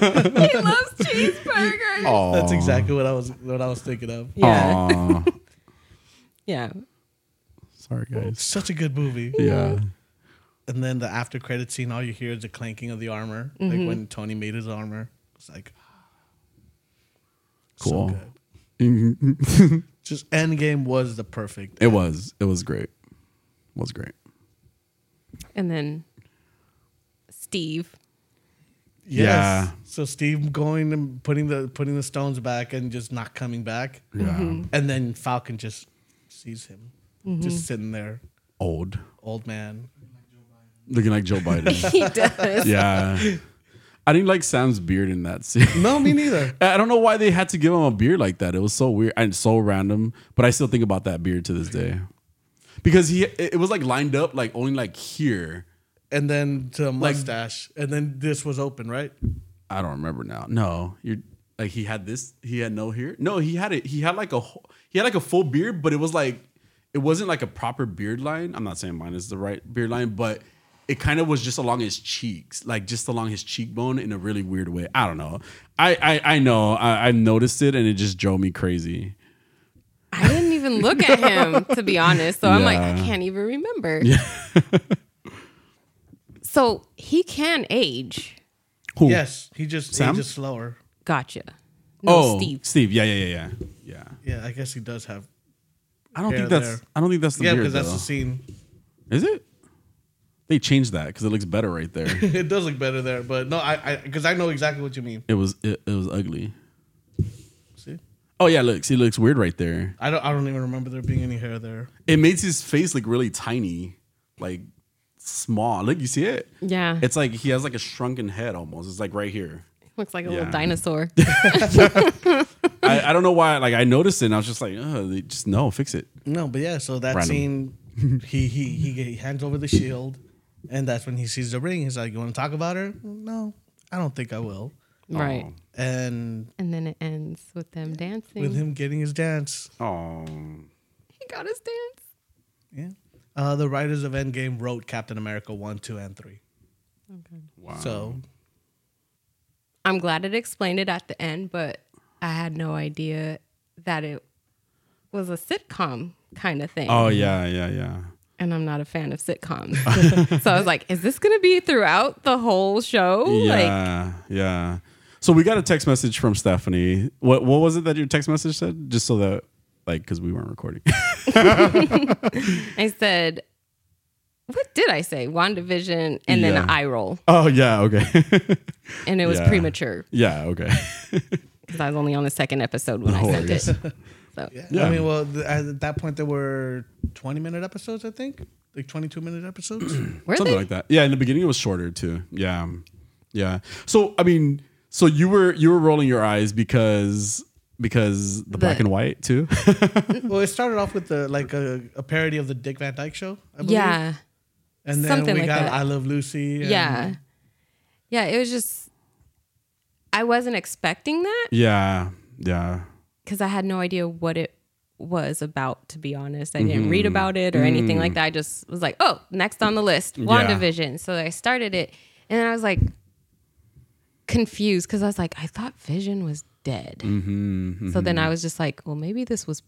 S3: eh. "He loves cheeseburgers."
S1: That's exactly what I was what I was thinking of.
S3: Yeah,
S2: Aw.
S3: yeah.
S2: Sorry, guys.
S1: Such a good movie.
S2: Yeah.
S1: And then the after credit scene, all you hear is the clanking of the armor, like when Tony made his armor. It's like so
S2: Cool.
S1: good. Just Endgame was the perfect.
S2: Mm-hmm. It was. It was great. was great.
S3: And then Steve.
S1: Yes.
S2: Yeah.
S1: So Steve going and putting the putting the stones back and just not coming back,
S2: Yeah.
S1: and then Falcon just sees him, just sitting there,
S2: Old.
S1: old man.
S2: Looking like Joe Biden.
S3: He does.
S2: yeah. I didn't like Sam's beard in that scene.
S1: No, me neither.
S2: I I don't know why they had to give him a beard like that. It was so weird and so random, but I still think about that beard to this day. Because he it it was like lined up like only like here.
S1: And then to mustache, and then this was open, right?
S2: I don't remember now. No, you're like he had this. He had no here. No, he had it. He had like a whole- he had like a full beard, but it was like it wasn't like a proper beard line. I'm not saying mine is the right beard line, but it kind of was just along his cheeks, like just along his cheekbone in a really weird way. I don't know. I I, I know. I, I noticed it, and it just drove me crazy.
S3: I didn't even look at him to be honest. So I'm like, I
S2: Yeah.
S3: can't even remember. so he can age.
S2: Who?
S1: Yes, he just
S2: Sam?
S1: ages slower.
S3: Gotcha. No,
S2: oh, Steve.
S3: Steve.
S2: Steve. Yeah, yeah, yeah, yeah. Yeah.
S1: Yeah, I guess he does have.
S2: I don't
S1: Yeah,
S2: think that's.
S1: there.
S2: I don't think that's the
S1: Yeah,
S2: beard.
S1: because that's
S2: though.
S1: the scene.
S2: Is it? They changed that because it looks better right there.
S1: it does look better there, but no, I because I, know exactly what you mean.
S2: It was it, it was ugly.
S1: See,
S2: Oh yeah, looks he looks weird right there.
S1: I don't I don't even remember there being any hair there.
S2: It makes his face look really tiny, like small. Look, you see it?
S3: Yeah.
S2: It's like he has like a shrunken head almost. It's like right here.
S3: Looks like a
S2: Yeah.
S3: little dinosaur.
S2: I, I don't know why. Like I noticed it, and I was just like, oh, they just no, fix it.
S1: No, but yeah, so that
S2: Random.
S1: scene, he he he g- he hands over the shield, and that's when he sees the ring. He's like, "You want to talk about her?" No, I don't think I will.
S2: Oh.
S3: right.
S1: And
S3: And then it ends with them dancing.
S1: with him getting his dance,
S2: Oh,
S3: He got his dance.
S1: yeah. Uh, the writers of Endgame wrote Captain America one, two, and three.
S2: wow.
S1: So
S3: I'm glad it explained it at the end, but I had no idea that it was a sitcom kind of thing.
S2: Oh yeah, yeah, yeah.
S3: And I'm not a fan of sitcoms. so I was like, is this going to be throughout the whole show? Like,
S2: Yeah, yeah. So we got a text message from Stephanie. What what was it that your text message said? Just so that like because we weren't recording.
S3: I said, what did I say? WandaVision and then
S2: Yeah.
S3: an eye roll.
S2: oh yeah, okay.
S3: And it was
S2: Yeah.
S3: premature
S2: yeah, okay.
S3: because I was only on the second episode when I
S2: No
S3: sent it.
S2: worries.
S3: So
S1: yeah,
S2: Yeah.
S1: I mean, well, th- at that point there were twenty minute episodes, I think, like twenty two minute episodes.
S3: were
S2: something
S3: they?
S2: like that. Yeah, in the beginning it was shorter too. Yeah, yeah. So I mean, so you were you were rolling your eyes because because the, black and white too.
S1: well, it started off with the like a, a parody of the Dick Van Dyke Show. I believe.
S3: yeah.
S1: and then
S3: something
S1: we
S3: like
S1: got
S3: that.
S1: I Love Lucy. and-
S3: Yeah. Yeah, it was just I wasn't expecting that
S2: yeah, yeah,
S3: cuz I had no idea what it was about to be honest. I didn't
S2: Mm-hmm.
S3: read about it or anything
S2: Mm.
S3: like that. I just was like, "Oh, next on the list, WandaVision." So I started it and I was like confused cuz I was like, "I thought Vision was dead."
S2: Mm-hmm.
S3: So then I was just like, "Well, maybe this was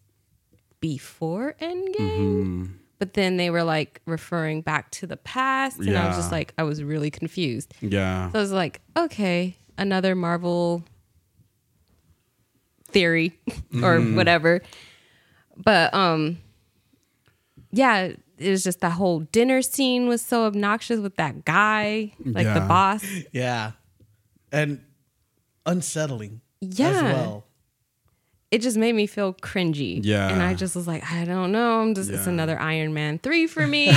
S3: before Endgame." But then they were like referring back to the past and I
S2: Yeah.
S3: was just like I was really confused.
S2: yeah.
S3: So I was like, okay, another Marvel theory or whatever. But um yeah, it was just that whole dinner scene was so obnoxious with that guy, like the
S2: Yeah.
S3: boss.
S1: yeah, and unsettling. as
S3: Yeah.
S1: well.
S3: It just made me feel cringy.
S2: Yeah.
S3: And I just was like, I don't know. I'm just it's
S2: Yeah.
S3: another Iron Man three for me.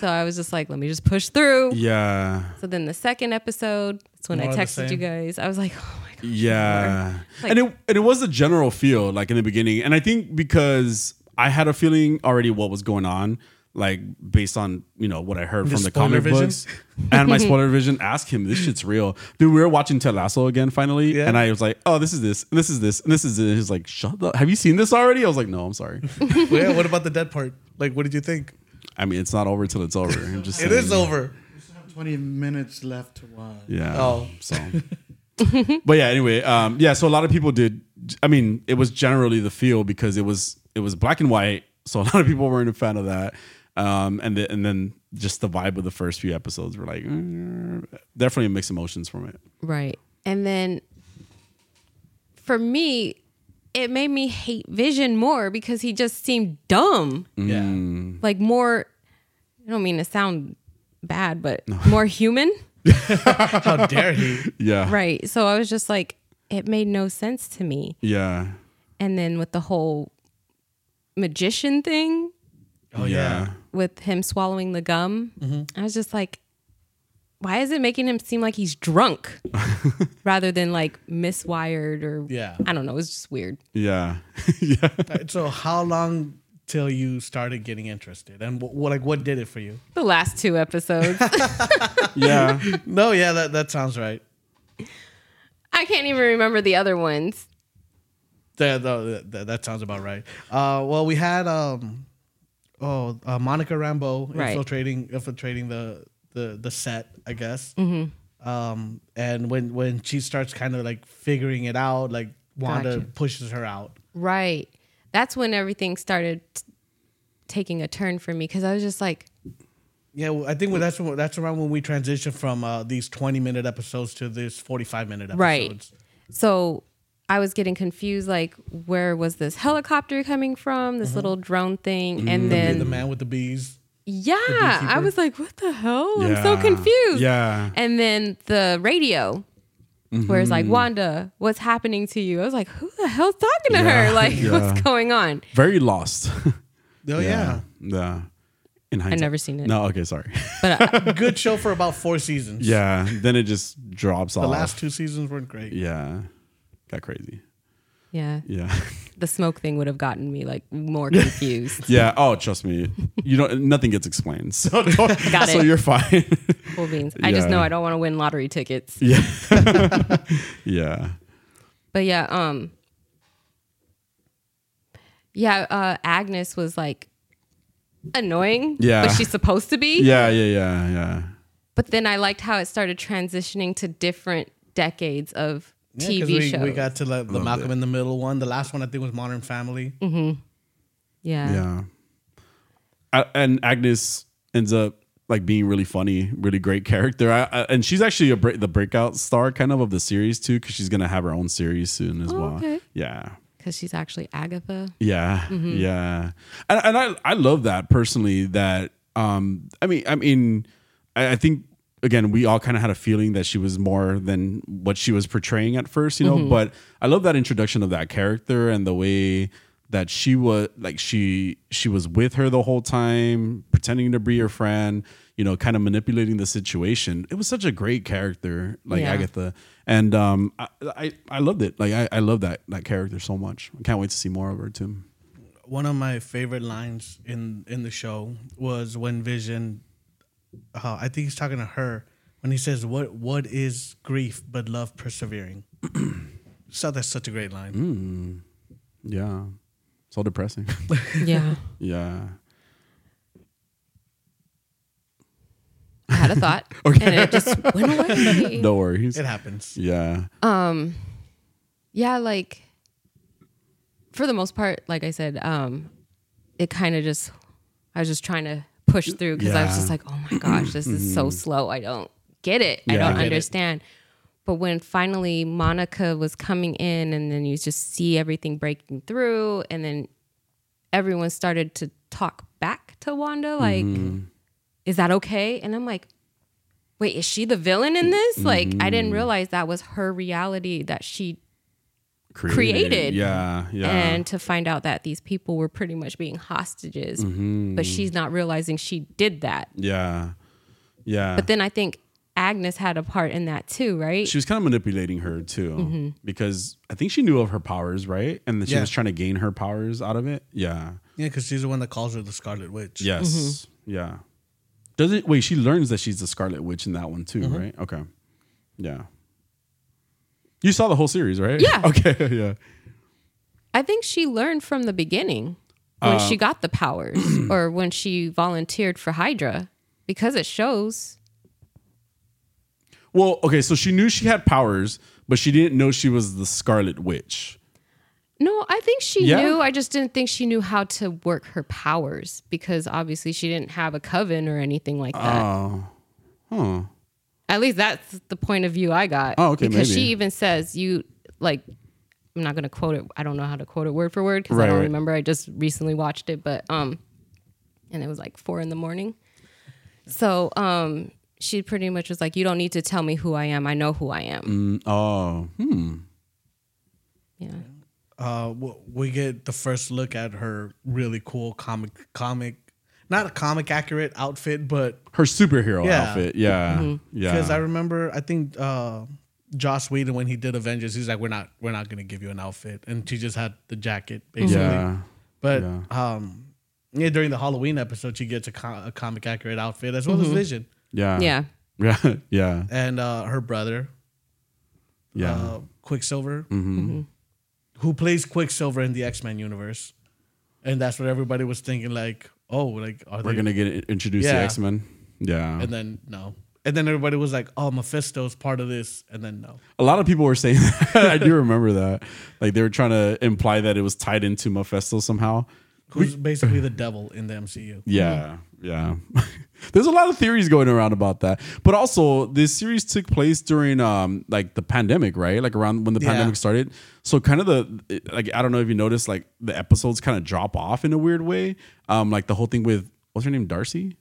S3: so I was just like, let me just push through.
S2: yeah,
S3: So then the second episode, that's when
S1: More
S3: I
S1: of the
S3: texted you
S1: same.
S3: guys. I was like, oh my god.
S2: Yeah.
S3: Like-
S2: and it and it was the general feel like in the beginning. And I think because I had a feeling already what was going on, like based on, you know, what I heard from the
S1: spoiler
S2: comic
S1: vision?
S2: books and my spoiler vision, ask him, this shit's real. Dude, we were watching Ted Lasso again finally.
S1: Yeah.
S2: And I was like, oh, this is this, and this is this, and this is this. He's like, shut up. Have you seen this already? I was like, no, I'm sorry.
S1: yeah, what about the dead part? Like, what did you think?
S2: I mean, it's not over till it's over. I'm just
S1: It
S2: saying.
S1: is over.
S4: We still have 20 minutes left to watch.
S2: Yeah.
S1: Oh.
S2: So. but yeah, anyway, um, yeah. So a lot of people did. I mean, it was generally the feel because it was it was black and white, so a lot of people weren't a fan of that. Um, and the, and then just the vibe of the first few episodes were like "Mm," definitely mixed emotions from it.
S3: Right. And then for me, it made me hate Vision more because he just seemed dumb.
S2: Mm.
S1: Yeah.
S3: Like more I don't mean to sound bad, but more human.
S1: How dare he?
S2: Yeah.
S3: Right. So I was just like, it made no sense to me.
S2: Yeah.
S3: And then with the whole magician thing
S1: Oh yeah.
S3: with him swallowing the gum, I was just like, why is it making him seem like he's drunk rather than like miswired or
S1: Yeah.
S3: I don't know. It was just weird.
S2: Yeah. Yeah. yeah.
S1: Alright, So how long till you started getting interested, and what, what like what did it for you?
S3: The last two episodes.
S2: Yeah.
S1: No, yeah, that that sounds right.
S3: I can't even remember the other ones.
S1: That, that, that, that sounds about right. Uh, well, we had um, oh uh, Monica Rambeau
S3: Right.
S1: infiltrating infiltrating the the the set, I guess.
S3: Mm-hmm.
S1: Um, and when when she starts kind of like figuring it out, like Wanda
S3: Gotcha.
S1: pushes her out.
S3: Right. That's when everything started t- taking a turn for me because I was just like,
S1: Yeah, well, I think when- that's when, that's around when we transition from uh, these twenty minute episodes to this forty five minute episodes.
S3: Right. so I was getting confused like, where was this helicopter coming from?
S2: Mm-hmm.
S3: This little drone thing. And then,
S1: The man with the bees.
S3: yeah, I was like, what the hell? I'm so
S2: Yeah.
S3: confused.
S2: Yeah.
S3: And then the radio. Where
S2: Mm-hmm.
S3: it's like Wanda, what's happening to you? I was like, who the hell's talking to
S2: Yeah.
S3: her? Like,
S2: Yeah.
S3: what's going on?
S2: Very lost.
S1: Oh yeah.
S2: Yeah. In hindsight.
S3: never seen it.
S2: No. Okay. Sorry.
S1: good show for about four seasons.
S2: yeah. Then it just drops off.
S1: The last two seasons weren't great.
S2: Yeah. Got crazy.
S3: Yeah,
S2: Yeah.
S3: the smoke thing would have gotten me like more confused.
S2: Yeah. Oh, trust me. You don't nothing gets explained. So don't,
S3: Got
S2: so
S3: it.
S2: you're fine.
S3: Cool beans. I just
S2: Yeah.
S3: know I don't want to win lottery tickets.
S2: yeah. yeah.
S3: But yeah, um Yeah, uh Agnes was like annoying.
S2: Yeah.
S3: But she's supposed to be.
S2: Yeah, yeah, yeah, yeah.
S3: But then I liked how it started transitioning to different decades of
S1: Yeah, 'cause
S3: TV
S1: we,
S3: shows.
S1: We got to like, the
S2: Loved
S1: Malcolm
S2: it.
S1: in the Middle one. The last one I think was Modern Family.
S3: yeah.
S2: Yeah. A- and Agnes ends up like being really funny, really great character. I, I, and she's actually a break, the breakout star kind of of the series too cuz she's going to have her own series soon as
S3: Oh,
S2: well.
S3: okay.
S2: Yeah.
S3: Because she's actually Agatha.
S2: Yeah, yeah, and, and I I love that personally. That um, I mean, I mean, I, I think again we all kind of had a feeling that she was more than what she was portraying at first, you know. But I love that introduction of that character and the way that she was like she she was with her the whole time, pretending to be her friend, you know, kind of manipulating the situation. It was such a great character, like
S3: Yeah.
S2: Agatha, and um, I, I I loved it. Like I, I love that that character so much. I can't wait to see more of her too.
S1: One of my favorite lines in in the show was when Vision, uh, I think he's talking to her when he says, "What what is grief but love persevering?" so that's such a great line.
S2: Yeah. So depressing.
S3: Yeah.
S2: yeah.
S3: I had a thought. And it just went away.
S2: No worries.
S1: It happens.
S2: Yeah.
S3: Uh, yeah like for the most part like i said um it kind of just i was just trying to push through because i
S2: Yeah. Mm-hmm.
S3: was just like oh my gosh this is so slow i don't get it i
S2: Yeah. I
S3: don't
S2: get it.
S3: understand but when finally monica was coming in and then you just see everything breaking through and then everyone started to talk back to wanda like
S2: Mm-hmm.
S3: is that okay and i'm like wait is she the villain in this like i
S2: Mm-hmm.
S3: didn't realize that was her reality that she created.
S2: Yeah. Yeah.
S3: and to find out that these people were pretty much being hostages but she's not realizing she did that
S2: yeah. Yeah.
S3: but then i think Agnes had a part in that too, right?
S2: She was kind of manipulating her too,
S3: Mm-hmm.
S2: because I think she knew of her powers, right? And then she
S1: Yeah.
S2: was trying to gain her powers out of it. Yeah.
S1: Yeah, because she's the one that calls her the Scarlet Witch.
S2: Yes. Yeah. Doesn't Mm-hmm. wait? She learns that she's the Scarlet Witch in that one too, right? Okay. Yeah. You saw the whole series, right?
S3: Yeah.
S2: Okay. Yeah.
S3: I think she learned from the beginning when
S2: Uh,
S3: she got the powers or when she volunteered for Hydra because it shows.
S2: Well, okay. So she knew she had powers, but she didn't know she was the Scarlet Witch.
S3: No, I think she
S2: Yeah.
S3: knew. I just didn't think she knew how to work her powers because obviously she didn't have a coven or anything like that.
S2: Huh.
S3: At least that's the point of view I got.
S2: Oh, okay,
S3: Because
S2: maybe.
S3: she even says you like. I'm not gonna quote it. I don't know how to quote it word for word because
S2: Right,
S3: I don't
S2: right.
S3: remember. I just recently watched it, but um, and it was like four in the morning. So um, she pretty much was like, "You don't need to tell me who I am. I know who I am."
S2: Oh. Hmm.
S3: Yeah.
S1: Uh, w- we get the first look at her really cool comic, comic, not a comic accurate outfit, but
S2: Her superhero
S1: Yeah.
S2: outfit. Yeah. Yeah.
S1: because I remember, I think uh, Joss Whedon when he did Avengers, he's like, "We're not, we're not gonna give you an outfit," and she just had the jacket basically.
S2: yeah.
S1: But um, yeah, during the Halloween episode, she gets a, co- a comic accurate outfit as well as Vision
S2: Yeah.
S3: Yeah.
S2: Yeah. Yeah.
S1: and uh, her brother,
S2: Yeah. Mm-hmm.
S1: uh, Quicksilver, who plays Quicksilver in the X Men universe, and that's what everybody was thinking. Like, oh, like are
S2: We're
S1: they?
S2: gonna get introduced to
S1: Yeah.
S2: X Men. Yeah.
S1: and then no, and then everybody was like, oh, Mephisto's part of this, and then no.
S2: A lot of people were saying that. I do remember that. Like they were trying to imply that it was tied into Mephisto somehow.
S1: Who's basically the devil in the MCU?
S2: Yeah. Yeah. There's a lot of theories going around about that. But also, this series took place during um like the pandemic, right? Like around when the
S1: Yeah.
S2: pandemic started. So kind of the it- like I don't know if you noticed like the episodes kind of drop off in a weird way. Um like the whole thing with what's her name? Darcy?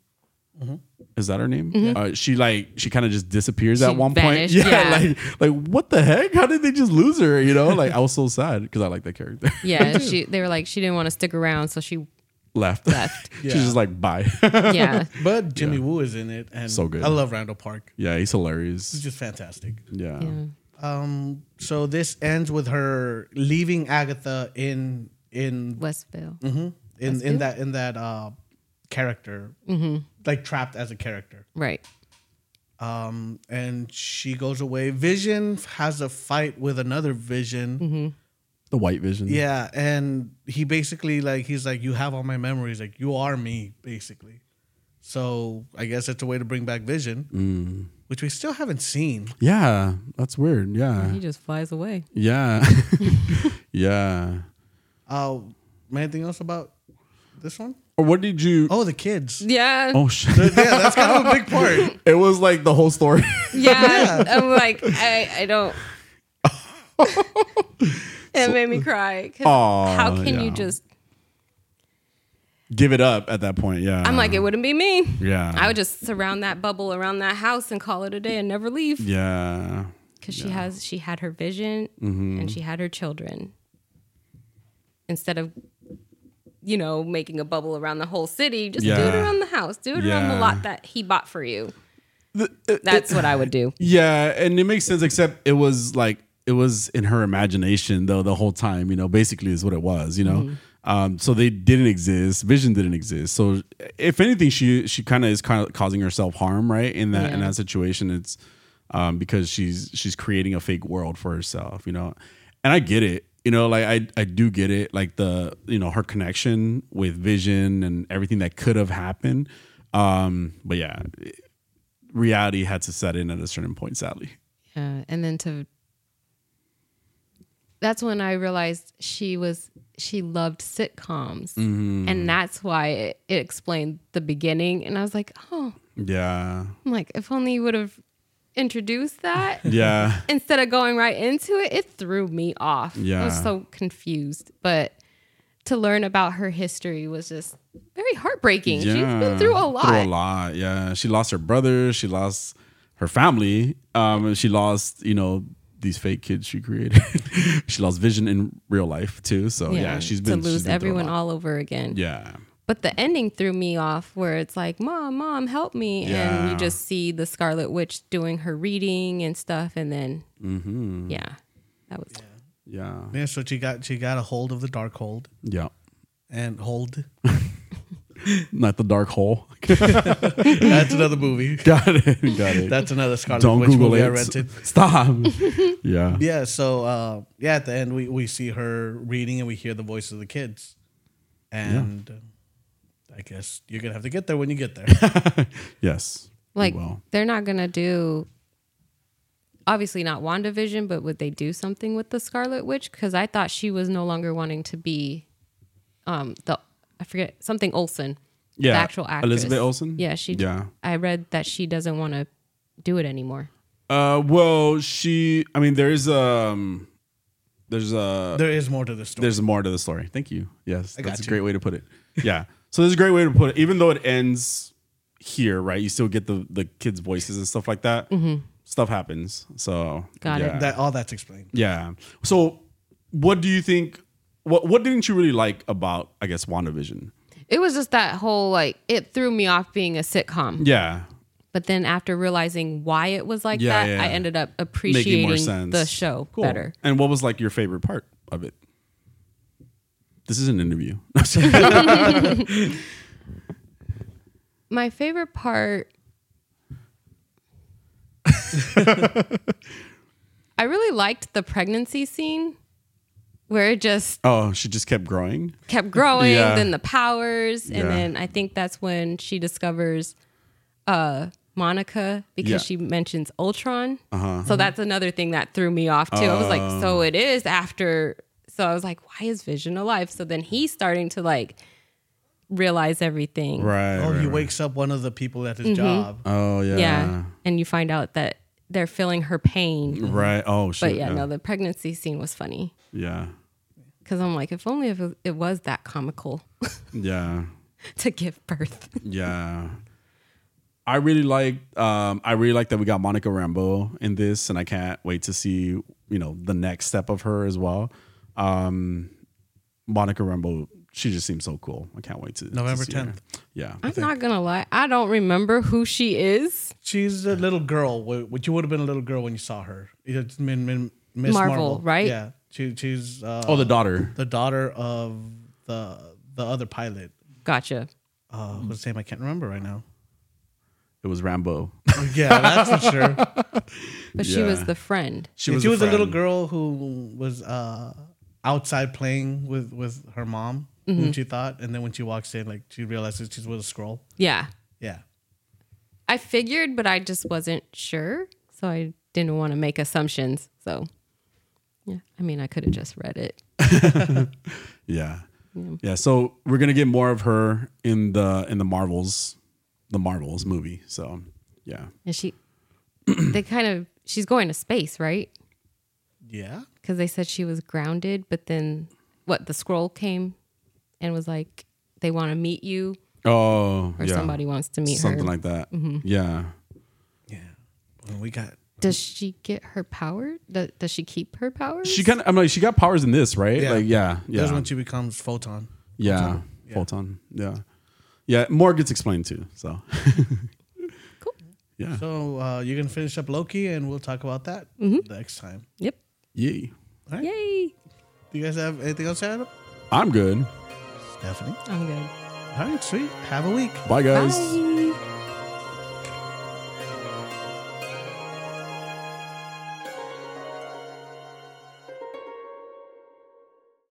S2: Is that her name? Uh, she like she kind of just disappears at one
S3: vanished,
S2: point. Yeah,
S3: yeah.
S2: like like what the heck? How did they just lose her? You know, like I was so sad because I like that character.
S3: Yeah. she. They were like she didn't want to stick around, so she.
S2: Left.
S3: Left.
S2: She's just like bye.
S3: Yeah.
S1: But Jimmy Woo is in it, and
S2: So good.
S1: I love Randall Park.
S2: yeah, he's hilarious.
S1: He's just fantastic.
S2: yeah.
S1: Um, so this ends with her leaving Agatha in in
S3: Westville.
S2: Mm-hmm.
S1: mhm, in, in that in that uh, character, like trapped as a character.
S3: Right.
S1: um, and she goes away. Vision has a fight with another Vision.
S2: The White Vision.
S1: Yeah, and he basically like he's like, "You have all my memories. Like you are me, basically." So I guess it's a way to bring back Vision,
S2: Mm.
S1: which we still haven't seen.
S2: Yeah, that's weird.
S3: He
S2: Yeah.
S3: just flies away.
S2: Yeah. yeah.
S1: Uh, anything else about this one?
S2: Or what did you Oh,
S1: Oh, the kids.
S3: Yeah.
S2: shit.
S1: Yeah, that's kind of a big part.
S2: It was like the whole story.
S3: Yeah, I'm like, I, I don't. it made me cry. 'cause
S2: Aw,
S3: how can
S2: yeah.
S3: you just?
S2: Give it up at that point. Yeah.
S3: I'm like, it wouldn't be me.
S2: Yeah.
S3: I would just surround that bubble around that house and call it a day and never leave
S2: Yeah.
S3: because she has she had her vision
S2: Mm-hmm.
S3: and she had her children. Instead of, you know, making a bubble around the whole city, just do it
S2: Yeah.
S3: around the house. Do it around the
S2: Yeah.
S3: lot that he bought for you. That's what I would do.
S2: Yeah, and it makes sense except it was like it was in her imagination though the whole time, you know, basically is what it was, you know. Um, so they didn't exist. Vision didn't exist. So if anything, she she kind of is kind of causing herself harm, right? In that in
S3: Yeah.
S2: that situation, it's um, because she's she's creating a fake world for herself, you know. And I get it, you know, like I I do get it, like the you know her connection with Vision and everything that could have happened. Um, but yeah, reality had to set in at a certain point, sadly.
S3: Yeah, Uh, and then to that's when I realized she was she loved sitcoms,
S2: Mm-hmm.
S3: and that's why it, it explained the beginning. And I was like, oh,
S2: Yeah.
S3: I'm like, if only you would have introduced that
S2: Yeah.
S3: instead of going right into it. It threw me off. I
S2: Yeah.
S3: was so confused, but to learn about her history was just very heartbreaking. She's been through a lot.
S2: Through a lot. Yeah. She lost her brother. She lost her family. Um, and she lost, you know, these fake kids she created. she lost vision in real life too. So yeah, she's been
S3: to lose
S2: she's been through a
S3: everyone
S2: lot.
S3: all over again.
S2: Yeah.
S3: But the ending threw me off where it's like, Mom, Mom, help me. And
S2: Yeah.
S3: you just see the Scarlet Witch doing her reading and stuff. And then,
S2: Mm-hmm.
S3: yeah, that was.
S2: Yeah.
S1: Yeah, so she got she got a hold of the dark hold
S2: Yeah.
S1: and hold.
S2: Not the dark hole.
S1: That's another movie.
S2: Got it. Got it.
S1: That's another Scarlet
S2: Don't
S1: Witch
S2: Google
S1: movie I
S2: it.
S1: rented.
S2: Stop. yeah.
S1: Yeah, so uh, yeah, at the end we, we see her reading and we hear the voice of the kids, and uh, I guess you're gonna have to get there when you get
S2: Uh,
S1: there.
S2: Yes. we
S3: Like,
S2: will.
S3: they're not going to do, obviously not WandaVision, but would they do something with the Scarlet Witch? Because I thought she was no longer wanting to be um, the, I forget, something Olsen.
S2: Yeah,
S3: The actual actress.
S2: Elizabeth Olsen?
S3: Yeah, she,
S2: Yeah.
S3: I read that she doesn't want to do it anymore.
S2: Uh, well, she. I mean, there's um, there's a
S1: there is more to this story.
S2: there's more to the story. Thank you. Yes,
S1: got
S2: that's a
S1: you.
S2: great way to put it. Yeah. So there's a great way to put it. Even though it ends here, right? You still get the the kids' voices and stuff like that. Stuff happens. So
S3: Mm-hmm. Got it.
S2: yeah.
S1: that all that's explained.
S2: Yeah. So, what do you think? What What didn't you really like about, I guess, WandaVision?
S3: It was just that whole like it threw me off being a sitcom.
S2: Yeah.
S3: But then after realizing why it was like
S2: Yeah,
S3: that,
S2: yeah.
S3: I ended up
S2: Making more
S3: appreciating
S2: sense.
S3: the show
S2: Cool.
S3: better.
S2: And what was like your favorite part of it? This is an interview.
S3: My favorite part I really liked the pregnancy scene where it just
S2: oh, she just kept growing.
S3: kept growing,
S2: Yeah.
S3: then the powers, and
S2: Yeah.
S3: then I think that's when she discovers uh Monica because
S2: Yeah. Uh-huh.
S3: she mentions Ultron. So that's another thing that threw me off too. I was like,
S2: Oh.
S3: so it is after. So I was like, why is Vision alive? So then he's starting to like realize everything.
S2: Right.
S1: Oh, he wakes up one of the people at his
S3: Mm-hmm.
S1: job.
S2: Oh yeah.
S3: Yeah. And you find out that they're feeling her pain.
S2: Right. Oh shit.
S3: But yeah, no, the pregnancy scene was funny
S2: Yeah.
S3: because I'm like, if only if it- it was that comical
S2: Yeah.
S3: to give birth.
S2: Yeah. I really like um I really like that we got Monica Rambeau in this and I can't wait to see, you know, the next step of her as well. Um Monica Rambeau, she just seems so cool. I can't wait to to
S1: November
S2: see her.
S1: 10th.
S2: Yeah.
S3: I'm not gonna lie, I don't remember who she is.
S1: She's a little girl. wh- Which you would have been a little girl when you saw her. It's Min, Min, Miss
S3: Marvel,
S1: Marvel,
S3: right?
S1: Yeah, she, she's uh,
S2: Oh, the daughter.
S1: the daughter of the the other pilot.
S3: Gotcha.
S1: Uh, whose name I can't remember right now.
S2: It was Rambo.
S1: Yeah, that's for sure.
S3: But she was
S2: Yeah.
S3: the friend.
S2: She
S1: Yeah,
S2: was,
S1: she was a little
S2: friend.
S1: girl who was uh, outside playing with, with her mom, whom she thought, and then when she walks in, like she realizes she's with a scroll.
S3: Yeah.
S1: Yeah,
S3: I figured, but I just wasn't sure. So I didn't want to make assumptions. So, yeah, I mean, I could have just read it.
S2: Yeah. Yeah. So we're gonna get more of her in the in the Marvels the Marvels movie. So yeah.
S3: And she, they kind of, she's going to space, right?
S1: yeah.
S3: Because they said she was grounded, but then what? The scroll came and was like, they want to meet you,
S2: Oh
S3: or
S2: yeah.
S3: somebody wants to meet
S2: something
S3: her. Mm-hmm.
S2: like that. Yeah.
S1: Yeah. Well, we got
S3: does she get her power? Does, does she keep her powers?
S2: She kind of, I'm like, she got powers in this, right?
S1: Yeah.
S2: Like, yeah, yeah,
S1: that's when she becomes photon.
S2: yeah, photon, yeah, yeah. More gets explained too. So,
S3: Cool.
S2: Yeah,
S1: So uh, you're gonna finish up Loki, and we'll talk about that next time.
S3: Yep.
S2: yay.
S3: Yay.
S1: Do you guys have anything else to add up?
S2: I'm good.
S1: Stephanie.
S3: I'm good.
S1: All right, sweet. Have a week.
S2: Bye, guys.
S3: Bye.